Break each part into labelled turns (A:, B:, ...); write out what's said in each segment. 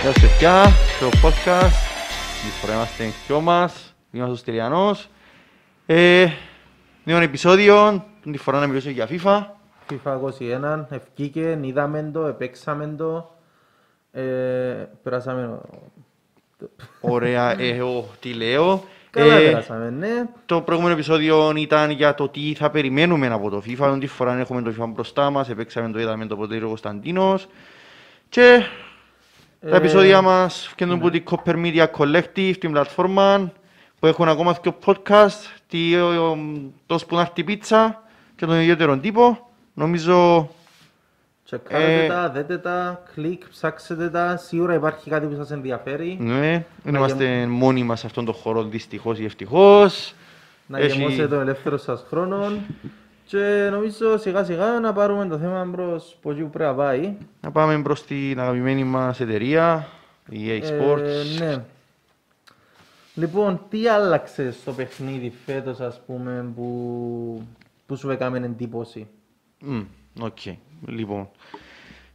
A: Γεια σας παιδιά, στο podcast. Εμείς φορά είμαστε εκτό μας. Είμαστε ο Στυλιανός. Ε, νέο επεισόδιο, την φορά να μιλήσω για FIFA.
B: FIFA 21, ευκήκε, είδαμε το, επέξαμε το, ε, περάσαμε...
A: Ωραία, εγώ τι λέω.
B: Καλά
A: Ε,
B: περάσαμε, ναι.
A: το προηγούμενο επεισόδιο ήταν για το τι θα περιμένουμε από το FIFA. Την φορά έχουμε το FIFA μπροστά μας, επέξαμε το, είδαμε το ποτέ ο Κωνσταντίνος. Και Τα
B: Ε, ναι.
A: επεισόδια μας φτιάχνουν από την Copper Media Collective, την πλατφόρμα που έχουν ακόμα και podcast, τι- ο- ο- το σπουδάχτη πίτσα και τον ιδιαίτερο τύπο. Νομίζω
B: Τσεκάρετε
A: ε,
B: τα, δέτε τα, κλικ, ψάξετε τα, σίγουρα υπάρχει κάτι που σας ενδιαφέρει.
A: ναι, δεν
B: Να
A: είμαστε μόνοι μας σε αυτόν τον χώρο δυστυχώς ή ευτυχώς.
B: Να
A: Έχει-
B: γεμώσετε τον ελεύθερο σας χρόνο. Και νομίζω σιγά σιγά να πάρουμε το θέμα μπρος που εκεί που πρέπει να πάει.
A: Να πάμε προς την αγαπημένη μας εταιρεία, η EA Sports.
B: Ε, ναι. Λοιπόν, τι άλλαξε στο παιχνίδι φέτος ας πούμε, που, που σου έκαμε εντύπωση.
A: Μμ, Οκ. Λοιπόν,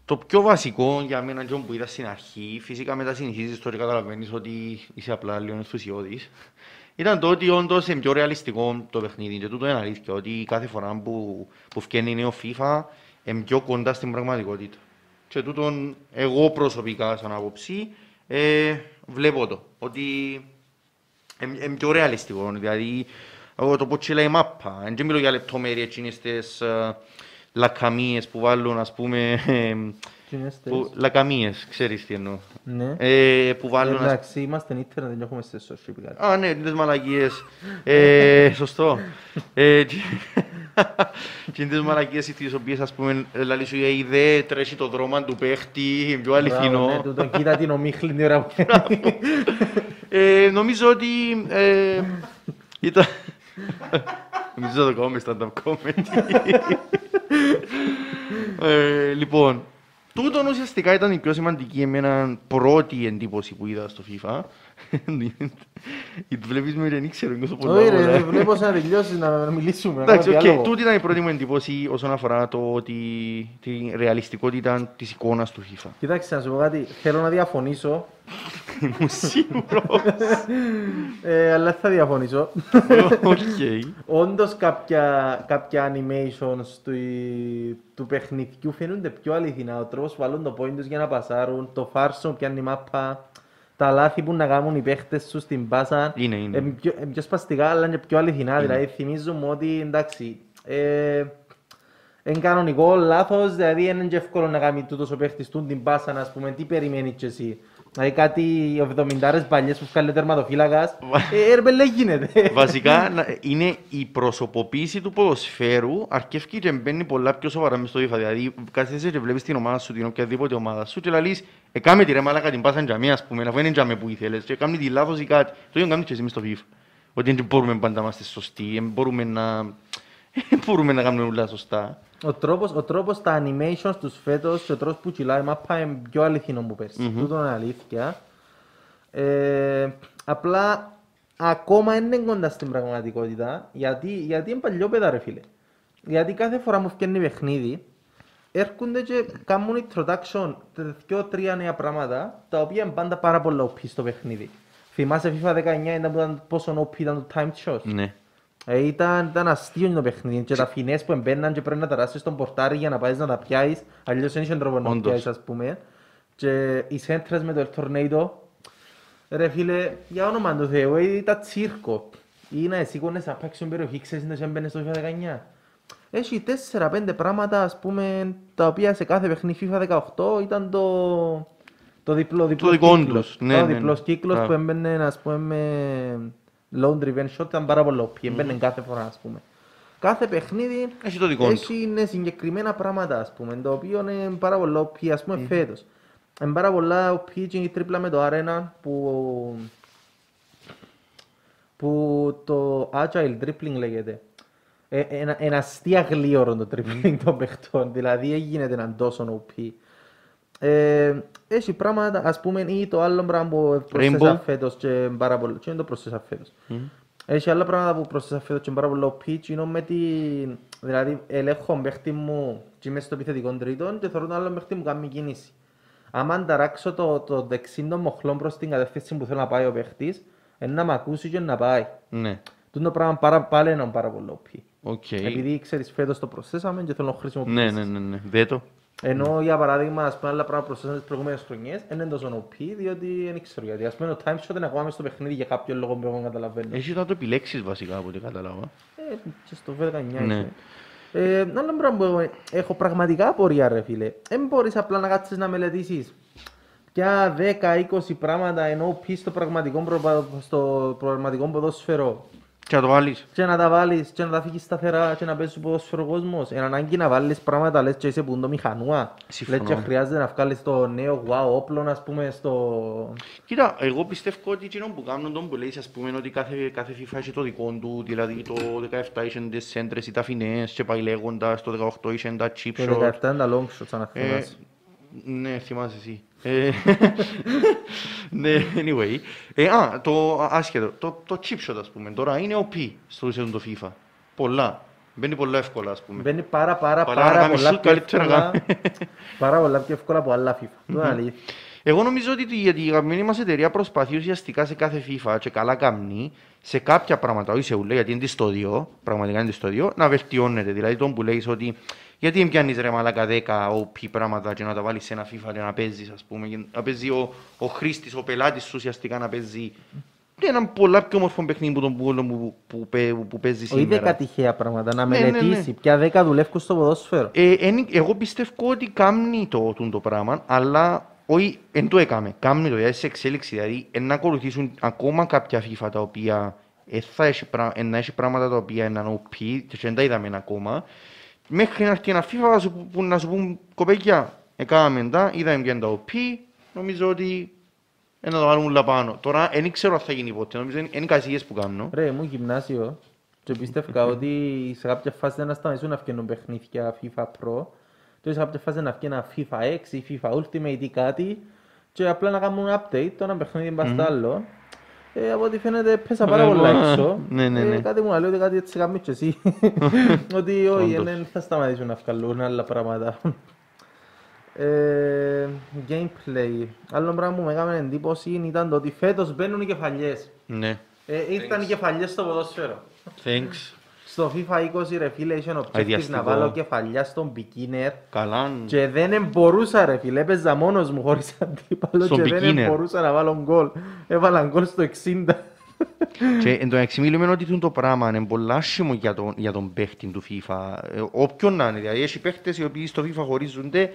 A: το πιο βασικό για μένα Τζον, που είδα στην αρχή, φυσικά μετά συνηθίζεις τώρα καταλαβαίνεις ότι είσαι απλά λίγο ενθουσιώδης, ήταν το ότι όντως είναι πιο ρεαλιστικό το παιχνίδι και τούτο είναι αλήθεια, ότι κάθε φορά που, που βγαίνει νέο FIFA είναι πιο κοντά στην πραγματικότητα. Και τούτον εγώ προσωπικά σαν άποψη ε, βλέπω το, ότι είναι πιο ρεαλιστικό, δηλαδή εγώ το πω και λέει μάπα, δεν μιλώ για λεπτομέρειες εκείνες τις ε, λακαμίες που βάλουν ας πούμε, εμ,
B: Τι είναι στις-
A: που, λακαμίες, ξέρεις τι εννοώ,
B: Ναι.
A: ε, που βάλουν ας
B: Εντάξει, είμαστε ίντερνετ, δεν έχουμε σε social κάτι.
A: Α, ναι, τις μαλακίες. Ε, σωστό. ε, τι- τι είναι τις μαλακίες τις οποίες, ας πούμε, λαλή σου η ιδέα τρέχει το δρόμο του παίχτη, είναι πιο
B: Μπράβο, ναι,
A: αληθινό.
B: τούτο, Κοίτα την ομίχλη την ώρα που
A: Ε, νομίζω ότι... Ε, ήταν... νομίζω το κόμμα ήταν το comedy. ε, λοιπόν, τούτον ουσιαστικά ήταν η πιο σημαντική εμένα πρώτη εντύπωση που είδα στο FIFA. Βλέπεις με δεν ήξερα, νιώθω πολλά
B: Όχι
A: πολλά.
B: ρε, βλέπω σαν να τελειώσεις να μιλήσουμε. να
A: Εντάξει,
B: κάνουμε
A: οκ.
B: διάλογο.
A: Τούτη ήταν η πρώτη μου εντύπωση όσον αφορά το ότι την ρεαλιστικότητα της εικόνας του FIFA.
B: Κοιτάξτε, να σου πω κάτι, θέλω να διαφωνήσω,
A: Είμαι σίγουρος.
B: ε, αλλά θα διαφωνήσω.
A: Οκ.
B: Όντως κάποια, κάποια animations του, του παιχνιδιού φαίνονται πιο αληθινά. Ο τρόπος που βάλουν το point τους για να πασάρουν, το φάρσο που πιάνει η μάπα, τα λάθη που να κάνουν οι παίχτες σου στην πάσα.
A: Είναι, είναι.
B: Ε, πιο, ε, πιο σπαστικά αλλά είναι πιο αληθινά. Δηλαδή θυμίζουν μου ότι εντάξει, ε, είναι κανονικό λάθος, δηλαδή δεν είναι και εύκολο να κάνει τούτος ο παίχτης του την πάσα, να πούμε, τι περιμένει και εσύ. Δηλαδή κάτι 70 παλιές που βγάλει ο τερματοφύλακας, ε, ε, ρε μπελέ, γίνεται.
A: Βασικά να- είναι η προσωποποίηση του ποδοσφαίρου αρκεύει και μπαίνει πολλά πιο σοβαρά μες στο FIFA. Δηλαδή, κάθεσαι και βλέπεις την ομάδα σου, την οποιαδήποτε ομάδα σου και λαλείς «Εκάμε τη ρε μάλακα την πάσα για μένα, ας πούμε, αφού είναι για μένα που ήθελες και κάνει τη λάθος ή κάτι». Το ίδιο κάνεις και εσύ μες στο FIFA. Ότι δεν μπορούμε πάντα να είμαστε σωστοί, δεν μπορούμε να... δεν μπορούμε να κάνουμε όλα σωστά.
B: Ο τρόπος, ο τρόπος, τα animations τους φέτος και ο τρόπος που κυλάει η μάπα είναι πιο αληθινό που περσι Τούτο είναι αλήθεια. Ε, απλά ακόμα δεν είναι κοντά στην πραγματικότητα. Γιατί, γιατί είναι παλιόπαιδα ρε φίλε. Γιατί κάθε φορά μου φτιάχνει παιχνίδι, έρχονται και κάνουν introduction δυο-τρία νέα πράγματα, τα οποία είναι πάντα πάρα πολύ OP στο παιχνίδι. Θυμάσαι FIFA 19 ήταν, που ήταν πόσο OP ήταν το time shot.
A: Ναι.
B: Ε, ήταν, ήταν αστείο το παιχνίδι και τα φινές που εμπαίναν και πρέπει να ταράσεις στον πορτάρι για να πάεις να τα πιάσεις αλλιώς δεν είχε τρόπο να
A: Όντως.
B: πιάσεις ας πούμε και οι σέντρες με το El Tornado ρε φίλε για όνομα του Θεού ε, ήταν τσίρκο ή να σήκωνες απ' έξω στην περιοχή ξέρεις να σε έμπαινες στο FIFA 19 έχει 4-5 πράγματα ας πούμε τα οποία σε κάθε παιχνίδι FIFA 18 ήταν το, το διπλό, διπλός
A: δικό
B: κύκλος.
A: τους, ναι,
B: το
A: ναι,
B: διπλός
A: ναι.
B: κύκλος που
A: Μπράβο.
B: έμπαινε ας πούμε με loan driven shot ήταν πάρα πολύ OP, έμπαινε κάθε φορά ας πούμε. Κάθε παιχνίδι
A: Έχει το δικό του.
B: έχει ναι, συγκεκριμένα πράγματα ας πούμε, το οποίο είναι πάρα πολύ OP ας πούμε φέτος. Είναι πάρα πολλά OP και η τρίπλα με το Arena που, που το Agile Dribbling λέγεται. Ε, ένα, ένα αστεία γλίωρο το dribbling των παιχτών, δηλαδή έγινε έναν τόσο OP. Ε, έχει πράγματα, ας πούμε, ή το άλλο πράγμα που
A: Rainbow.
B: προσθέσα φέτος και πάρα πολύ, και δεν το προσθέσα φέτος. Έχει άλλα πράγματα που προσθέσα φέτος και πάρα πολύ pitch, είναι με την... Δηλαδή, ελέγχω τον παίχτη μου και είμαι στο επιθετικό τρίτον και θεωρώ τον άλλο παίχτη μου κάνει κίνηση. άμα ανταράξω το, το δεξί των μοχλών προς την κατεύθυνση που θέλω να πάει ο παίχτης, ε, να με ακούσει και να πάει.
A: Ναι.
B: Τούν το πράγμα πάρα, πάλι έναν πάρα πολύ OP.
A: Οκ.
B: Επειδή ξέρεις φέτος το προσθέσαμε και θέλω να χρησιμοποιήσεις.
A: Ναι, ναι, ναι, ναι. Δε το.
B: Ενώ για παράδειγμα, ας πούμε, άλλα πράγματα προσθέσαμε τις προηγούμενες χρονιές, δεν είναι τόσο OP, διότι δεν ξέρω γιατί. Ας πούμε, το time shot είναι ακόμα μες στο παιχνίδι για κάποιο λόγο που εγώ δεν καταλαβαίνω.
A: Έχει να το επιλέξεις βασικά από ό,τι κατάλαβα.
B: Ε, και στο 19. Ναι.
A: Ναι.
B: Ε, άλλο πράγμα που έχω- έχω πραγματικά απορία ρε φίλε. Δεν μπορείς απλά να κάτσεις να μελετήσεις. Ποια 10-20 πράγματα ενώ πεις στο πραγματικό, προπα- στο πραγματικό ποδόσφαιρο
A: Και να το βάλεις.
B: και να τα βάλεις και να τα φύγεις σταθερά και να παίζεις ποδόσφαιρο ο κόσμος. Είναι ανάγκη να βάλεις πράγματα, λες και είσαι που είναι το μηχανούα.
A: Συμφωνώ.
B: Λες και χρειάζεται να βγάλεις το νέο wow όπλο, ας πούμε, στο...
A: Κοίτα, εγώ πιστεύω ότι εκείνο που κάνουν τον που λέει, ας πούμε, ότι κάθε, κάθε FIFA έχει το δικό του, δηλαδή το 17 είχε τις σέντρες ή τα φινές και πάει λέγοντας, το 18 είχε τα chip
B: Το
A: shots.
B: 17 είναι τα long shots, αν
A: Ε,
B: θυμάσαι.
A: ναι, θυμάσαι εσύ. Ε, ναι, anyway. Ε, α, το α, άσχετο. Το, το chip shot, ας πούμε, τώρα είναι OP στο ουσιαστικό το FIFA. Πολλά. Μπαίνει πολλά εύκολα, ας πούμε.
B: Μπαίνει πάρα πάρα
A: Παρά να
B: πάρα
A: κάνεις
B: πολλά
A: shoot,
B: πιο
A: καλύτερα να
B: εύκολα Πάρα πολλά πιο εύκολα από άλλα FIFA. Του είναι αλήθεια.
A: Εγώ νομίζω ότι η η αγαπημένη μας εταιρεία προσπαθεί ουσιαστικά σε κάθε FIFA και καλά καμνή σε κάποια πράγματα, όχι σε ουλέ, γιατί είναι στο δύο, πραγματικά είναι στο δύο, να βελτιώνεται. Δηλαδή, τον που λέει ότι γιατί δεν πιάνεις ρε μαλάκα 10 OP πράγματα και να τα βάλεις σε ένα FIFA και να παίζεις, ας πούμε, και να παίζει ο, ο χρήστης, ο πελάτης ουσιαστικά να παίζει. Έναν πολλά πιο όμορφο παιχνίδι που, τον, που, που, που, που, που παίζει
B: Όχι
A: σήμερα.
B: δέκα τυχαία πράγματα, να
A: Ναι, ναι, ναι.
B: μελετήσει ποια δέκα δουλεύουν στο ποδόσφαιρο.
A: Ε, εν- εγώ πιστεύω ότι κάνει το, τούν το πράγμα, αλλά όχι, δεν το έκαμε. Κάνει το, δηλαδή σε εξέλιξη. Δηλαδή, εν να ακολουθήσουν ακόμα κάποια FIFA τα οποία ε, θα έχει, πρά- εν να έχει πράγματα τα οποία είναι OP, και δεν τα είδαμε ακόμα. Μέχρι να έρθει ένα FIFA να σου, που, που να σου πούν κοπέκια, έκαναμε τα, είδαμε ποια είναι τα OP, νομίζω ότι ε, να το βάλουμε όλα πάνω. Τώρα δεν ξέρω αν θα γίνει ποτέ, νομίζω είναι, είναι κασίες που κάνω.
B: Ρε, ήμουν γυμνάσιο και πίστευκα ότι σε κάποια φάση δεν σταματήσουν να βγαίνουν παιχνίδια FIFA Pro και σε κάποια φάση να βγει ένα FIFA 6 ή FIFA Ultimate ή κάτι και απλά να κάνουν update, το ένα παιχνίδι μπας στο άλλο. Ε, από ό,τι φαίνεται πέσα πάρα
A: Ε,
B: πολλά
A: μα,
B: έξω.
A: ναι, ναι,
B: Ε,
A: ναι.
B: κάτι μου λέει ότι κάτι έτσι κάνεις και εσύ. ότι όχι,
A: Όντως.
B: δεν θα σταματήσουν να βγάλουν άλλα πράγματα. Ε, gameplay. Άλλο πράγμα που με έκανε εντύπωση ήταν το ότι φέτος μπαίνουν οι κεφαλιές.
A: Ναι,
B: Ε, ήρθαν οι κεφαλιές στο ποδόσφαιρο.
A: thanks.
B: Στο FIFA 20 ρε φίλε είχε objective
A: Αειδιαστικό.
B: να βάλω κεφαλιά στον beginner
A: Καλά.
B: και δεν μπορούσα ρε φίλε, έπαιζα μόνος μου χωρίς αντίπαλο
A: Στον
B: και
A: beginner.
B: δεν μπορούσα να βάλω γκολ. Έβαλα γκολ στο 60.
A: Και εν τω μεταξύ μιλούμε ότι τούτο πράγμα είναι πολλά άσχημο για τον, για τον παίχτη του FIFA. Ε, όποιον να είναι. Δηλαδή, έχει παίχτες οι οποίοι στο FIFA χωρίζονται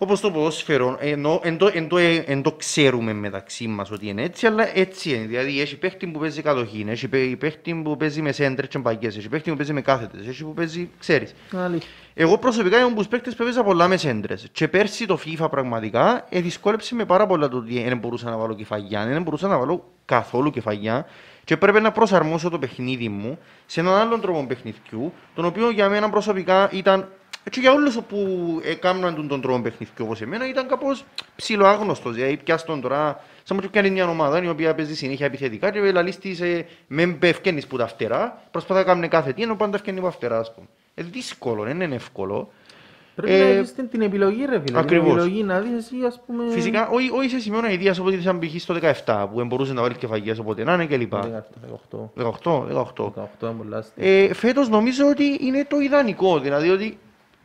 A: όπως το ποδόσφαιρο. Ενώ εν το, εν το, ε, εν το ξέρουμε μεταξύ μας ότι είναι έτσι, αλλά έτσι είναι. Δηλαδή, έχει παίχτη που παίζει κατοχή, έχει παί- παίχτη που παίζει με σέντρες και μπαγκές, έχει παίχτη που παίζει με κάθετες, έχει που παίζει, ξέρεις.
B: Αλήθεια.
A: Εγώ προσωπικά ήμουν τους παίκτες που έπαιζα πολλά με σέντρες και πέρσι το FIFA πραγματικά ε, δυσκόλεψε με πάρα πολλά το ότι δεν μπορούσα να βάλω κεφαγιά, δεν μπορούσα να βάλω καθόλου κεφαγιά και πρέπει να προσαρμόσω το παιχνίδι μου σε έναν άλλον τρόπο παιχνιδιού, τον οποίο για μένα προσωπικά ήταν και για όλους που έκαναν τον, τον τρόπο παιχνιδιού όπως εμένα ήταν κάπως ψηλοάγνωστος, δηλαδή πιάσ' τον τώρα σαν να του κάνει μια ομάδα η οποία παίζει συνέχεια επιθετικά και λαλείς της ε, μεν πευκαίνεις που τα φτερά, προσπαθά να κάνει κάθε τι ενώ πάντα ευκαινεί που τα φτερά ας πούμε. Ε, δύσκολο, δεν είναι εύκολο.
B: Πρέπει
A: Ε,
B: να έχεις την, την επιλογή ρε φίλε,
A: ακριβώς.
B: την επιλογή να δεις εσύ ας πούμε...
A: Φυσικά, όχι, όχι σε σημείο αηδία όπω ήταν π.χ. στο 17, που μπορούσες να βάλεις κεφαγιάς όποτε να είναι κλπ.
B: 18,
A: 18, 18.
B: 18 Ε, είναι πολλά στη-
A: Ε, Φέτος νομίζω ότι είναι το idανικό. Δηλαδή ότι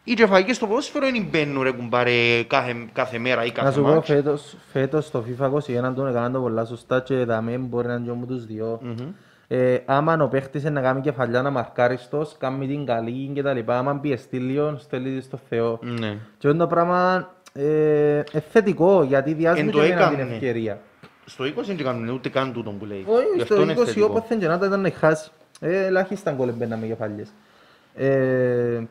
A: οι κεφαγιέ στο ποδόσφαιρο δεν μπαίνουν ρε, κουμπάρε κάθε, κάθε μέρα ή κάθε
B: Να σου πω
A: μάτς.
B: φέτος, φέτος το FIFA 21 τον έκαναν το πολλά σωστά και δαμέ μπορεί να είναι και όμως τους δυο. Ε, άμα ο παίχτης είναι να κάνει κεφαλιά να μαρκάρει στος, κάνει την καλή και τα λοιπά, άμα πιεστεί λίγο, στέλνει στο Θεό.
A: Ναι.
B: Και αυτό το πράγμα ε, ε, θετικό γιατί
A: Εν
B: διάσμε
A: το
B: και εμένα την
A: έκαμνε.
B: ευκαιρία.
A: Στο 20 δεν κάνουν ούτε καν τούτο που λέει. Γι'
B: Όχι,
A: αυτό
B: στο
A: είναι
B: 20
A: θετικό.
B: όποτε και να τα ήταν να χάσει. Ε, ελάχιστα γκολ μπαίναμε κεφαλιές. Ε,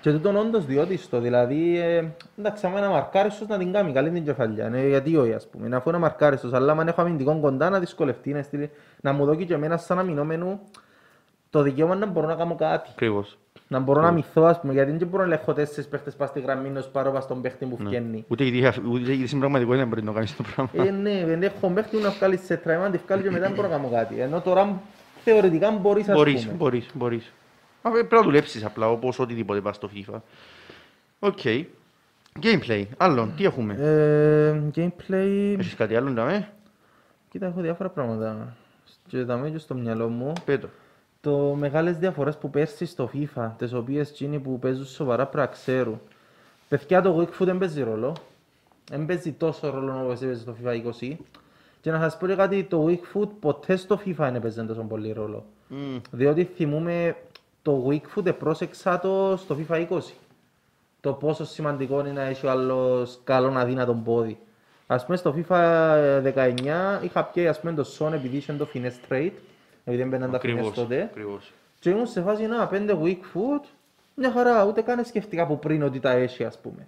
B: και τούτον όντως διότιστο, δηλαδή, ε, εντάξει, άμα είναι αμαρκάριστος να την κάνει καλή την κεφαλιά, ναι, γιατί όχι ας πούμε, αφού είναι αμαρκάριστος, αλλά αν έχω αμυντικό κοντά να δυσκολευτεί, να, στείλει, να μου δώσει και εμένα σαν αμυνόμενο το δικαίωμα να μπορώ να κάνω κάτι.
A: Ακριβώς.
B: Να μπορώ
A: Ναι.
B: να μυθώ, ας πούμε, γιατί δεν μπορώ να ελέγχω τέσσερις παίχτες πας στη γραμμή, να σπάρω πας στον παίχτη
A: Ναι.
B: που βγαίνει.
A: Ούτε γιατί- ούτε γιατί στην πραγματικότητα δεν μπορεί να κάνει το πράγμα.
B: Ναι. Ε, ναι, δεν έχω μέχρι να βγάλεις σε τραήμα, αν τη βγάλεις και μετά δεν μπορώ να κάνω κάτι. Ενώ τώρα θεωρητικά μπορείς, ας
A: Μπορείς,
B: πούμε.
A: μπορείς, μπορείς. Μα πρέ- πρέπει να δουλέψεις απλά όπως οτιδήποτε πας στο FIFA. Οκ. Gameplay, άλλον, τι έχουμε.
B: Ε, gameplay.
A: Έχεις κάτι άλλο να με,
B: Κοίτα, έχω διάφορα πράγματα. Και τα και στο μυαλό μου.
A: Ε, πέτω.
B: Το μεγάλες διαφορές που πέρσι στο FIFA, τις οποίες εκείνοι που παίζουν σοβαρά πρέπει να ξέρουν. Παιδιά, το Wake Food δεν παίζει ρόλο. Δεν παίζει τόσο ρόλο όπως έπαιζε στο FIFA 20. Και να σας πω και κάτι, το Wake Food ποτέ στο FIFA δεν έπαιζε τόσο πολύ ρόλο.
A: Μμμ.
B: Διότι θυμούμε το Wake Food επρόσεξα το στο FIFA 20. Το πόσο σημαντικό είναι να έχει ο άλλος καλό αδύνατο πόδι. Ας πούμε στο FIFA 19 είχα πιει ας πούμε το Son επειδή είχε το Finesse Trade. Επειδή δεν μπαίναν τα Finesse
A: Ακριβώς,
B: τότε.
A: ακριβώς.
B: Και ήμουν σε φάση να πέντε weak foot, μια χαρά, ούτε καν σκεφτικά από πριν ότι τα έχει, ας πούμε.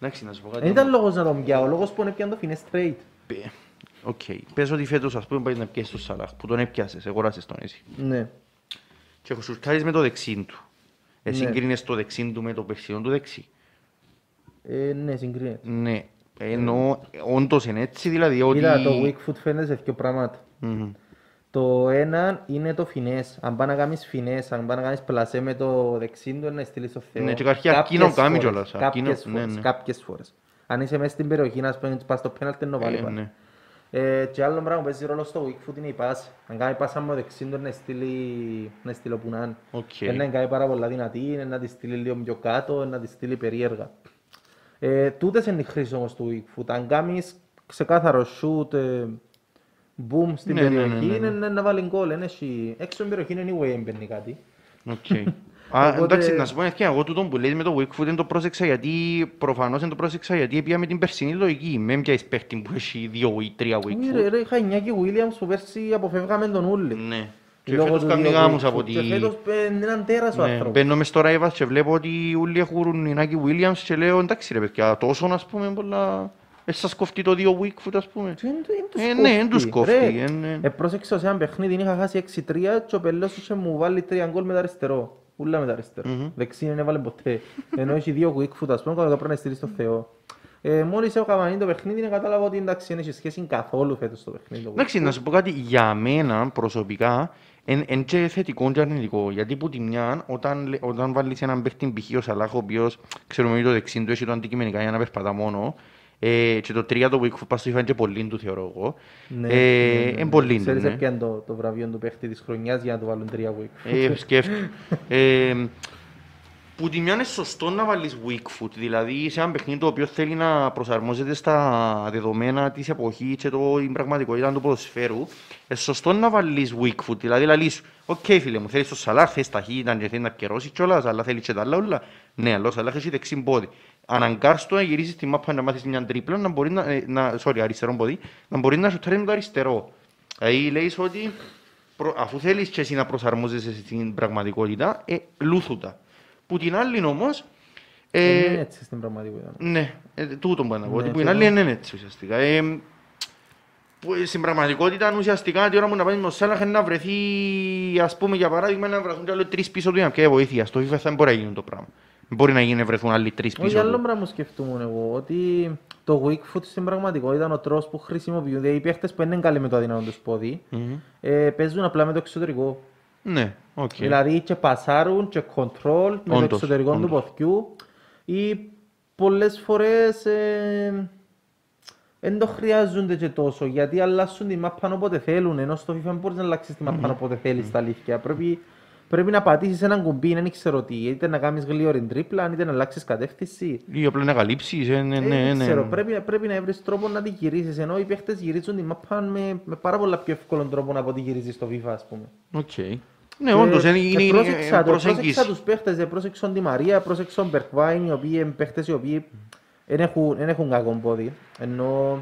A: Εντάξει, να σου πω κάτι.
B: Δεν Ε, ήταν λόγος να τον πιάω, ο λόγος που έπιαν το finesse trade.
A: Πε- Οκ. Πες ότι φέτος, ας πούμε, πάει να πιέσεις τον Σαλάχ, που τον έπιασες, εγώρασες τον εσύ.
B: Ναι.
A: Και χουσουρκάρεις με το δεξί του. Εσύ
B: Ναι.
A: συγκρίνες το δεξί του με το περσινό του δεξί.
B: Ε, ναι, συγκρίνεται.
A: Ναι. Ενώ ε, όντως είναι έτσι, δηλαδή ότι...
B: Κοίτα, το weak foot φαίνεται σε δύο πράγματα.
A: Μμμ.
B: Το ένα είναι το finesse. Αν πάει να κάνεις finesse, αν πάει να κάνεις πλασέ με το δεξί του, να στείλεις το Θεό.
A: Ναι, και αρχή
B: Κάποιες
A: αρκίνο κάνει
B: φορές,
A: κιόλας, αρκίνο,
B: Κάποιες
A: ναι,
B: φορές,
A: ναι.
B: κάποιες φορές. Αν είσαι μέσα στην περιοχή, να πούμε, πας στο πέναλτι, να βάλει
A: Ε,
B: πάνω.
A: ναι.
B: Ε, και άλλο πράγμα που παίζει ρόλο στο weak foot είναι η πάσα. Αν κάνει πάσα με το δεξί του να στείλει, να στείλει όπου να είναι.
A: Οκ.
B: Είναι να κάνει πάρα πολλά δυνατή, είναι να τη στείλει λίγο πιο κάτω, είναι να τη στείλει περίεργα. Ε, τούτες είναι οι χρήσεις όμως του weak foot. Αν κάνεις ξεκάθαρο shoot, ε, boom στην
A: Ναι, ναι, ναι,
B: περιοχή,
A: ναι, ναι.
B: είναι να- να βάλει γκολ. είναι εσύ- Έξω στην περιοχή είναι anyway, δεν παίρνει κάτι.
A: Οκ. Α,
B: Οπότε-
A: εντάξει, να σου πω την ευκαιρία, εγώ τούτο που λες με το Wakefoot δεν το πρόσεξα γιατί προφανώς δεν το πρόσεξα γιατί πήγα με την περσινή λογική. Με πιάσεις παίχτη που έχει δύο ή τρία
B: Ε, ρε,
A: Wakefoot.
B: ρε, Είχα 9 και Williams που πέρσι αποφεύγαμε τον Ούλη.
A: Ναι. Και
B: Λόγω
A: φέτος
B: του
A: κάνει
B: δύο
A: γάμους
B: Wakefoot.
A: από τη...
B: Και φέτος ε, είναι έναν τέρας ο
A: Ναι,
B: άνθρωπος.
A: Μπαίνω μες στο Ράιβας και βλέπω ότι όλοι έχουν Ινάκη Williams και λέω εντάξει ρε παιδιά, τόσο ας πούμε πολλά... Εσύ σας κοφτεί το δύο Wakefoot ας πούμε.
B: Του εν- εν τους
A: Ε, ναι, εν τους
B: κόφτει,
A: κόφτει,
B: ρε.
A: ε, ναι.
B: Ε, πρόσεξε, σε ένα παιχνίδι είχα χάσει 6-3 και ο Πελός είχε μου βάλει τρία γκολ με τα αριστερό. Ούλα με τα αριστερό. Δεξί δεν έβαλε ποτέ. Ενώ έχει δύο quick foot, ας πούμε, το πρέπει να στηρίζει το Θεό. Ε, μόλις έχω καμανεί το παιχνίδι, να κατάλαβα ότι εντάξει, δεν έχει σχέση καθόλου φέτος το παιχνίδι. το quick
A: Εντάξει, να σου πω κάτι για μένα προσωπικά, εν, εν και θετικό και αρνητικό. Γιατί που τη μια, όταν, λε- όταν βάλεις έναν παίχτη π.χ. ο Σαλάχ, ο οποίος ξέρουμε ότι το δεξί του έχει το αντικειμενικά για να περπατά μόνο, ε, και το τρία το που πας στο είχαν και πολύ του θεωρώ εγώ.
B: Ναι,
A: ε,
B: ναι, ναι,
A: εν
B: ναι.
A: πολύ του,
B: Ξέρεις,
A: ναι.
B: έπιαν το, το βραβείο του παίχτη της χρονιάς για να του βάλουν τρία quick.
A: Ε, σκέφτομαι. Ε, που τη μια είναι σωστό να βάλεις weak foot, δηλαδή σε ένα παιχνίδι το οποίο θέλει να προσαρμόζεται στα δεδομένα της εποχής και το, την πραγματικότητα του ποδοσφαίρου, ε, σωστό να βάλεις weak foot, δηλαδή να λύσεις, οκ φίλε μου, θέλεις το Σαλάχ, θέλεις ταχύτητα και θέλεις να πιερώσεις κιόλας, αλλά θέλεις και τα άλλα όλα. Ναι, αλλά ο Σαλάχ έχει δεξί πόδι. Αναγκάρς το να γυρίσεις τη μάπα να μάθεις μια τρίπλα, να μπορεί να, ε, να sorry, αριστερό πόδι, να μπορεί να σουτάρει με το αριστερό. Δηλαδή λέει ότι προ- αφού θέλεις και εσύ να προσαρμόζεσαι στην πραγματικότητα, ε, λούθουτα. Που την άλλη όμως.
B: Δεν
A: Ε,
B: είναι έτσι στην πραγματικότητα.
A: ναι, ε, τούτο μπορώ να πω.
B: Ναι,
A: ότι που
B: και
A: την άλλη
B: εγώ.
A: δεν είναι έτσι ουσιαστικά. Ε, που, ε, στην πραγματικότητα, ουσιαστικά, τη ώρα που να πάει με ο Σάλαχ είναι να βρεθεί, ας πούμε, για παράδειγμα, να βρεθούν κι άλλοι τρεις πίσω του για να πιάει βοήθεια. Στο FIFA θα δεν μπορεί να γίνει το πράγμα. Δεν μπορεί να γίνει να βρεθούν άλλοι τρεις
B: Όχι
A: πίσω
B: άλλο
A: του.
B: πράγμα που σκεφτούμουν εγώ, ότι το weak foot στην πραγματικότητα ήταν ο τρόπος που χρησιμοποιούνται. Οι παίχτες που δεν είναι καλοί με το αδυνατό τους πόδι,
A: Μμμ.
B: ε, παίζουν απλά με το εξωτερικό.
A: Ναι, οκ.
B: Δηλαδή και πασάρουν και control με το
A: Όντως,
B: εξωτερικό του
A: όντως.
B: ποθιού ή πολλές φορές ε, δεν το χρειάζονται και τόσο γιατί αλλάσουν τη μάπα όποτε θέλουν ενώ στο FIFA δεν μπορείς να αλλάξεις τη μάπα όποτε θέλεις τα αλήθεια. Πρέπει, πρέπει να πατήσεις έναν κουμπί, δεν ξέρω τι, είτε να κάνεις γλύωρη τρίπλα, είτε να αλλάξεις κατεύθυνση.
A: Ή απλά να καλύψεις, ε, ναι,
B: Ε,
A: ναι,
B: δεν
A: ναι.
B: ξέρω, πρέπει, πρέπει να βρεις τρόπο να τη γυρίσεις, ενώ οι παίχτες γυρίζουν τη μάπα με, με πάρα πολλά πιο εύκολο τρόπο από ό,τι γυρίζεις στο FIFA, ας πούμε.
A: Οκ. Ναι, όντως, είναι, είναι, είναι
B: Ε, Πρόσεξα, το, πρόσεξα
A: προσέγγιση.
B: τους παίχτες, ε, πρόσεξαν τη Μαρία, πρόσεξαν Μπερκβάιν, οι οποίοι είναι παίχτες οι οποίοι δεν έχουν, δεν έχουν κακό πόδι. Ενώ...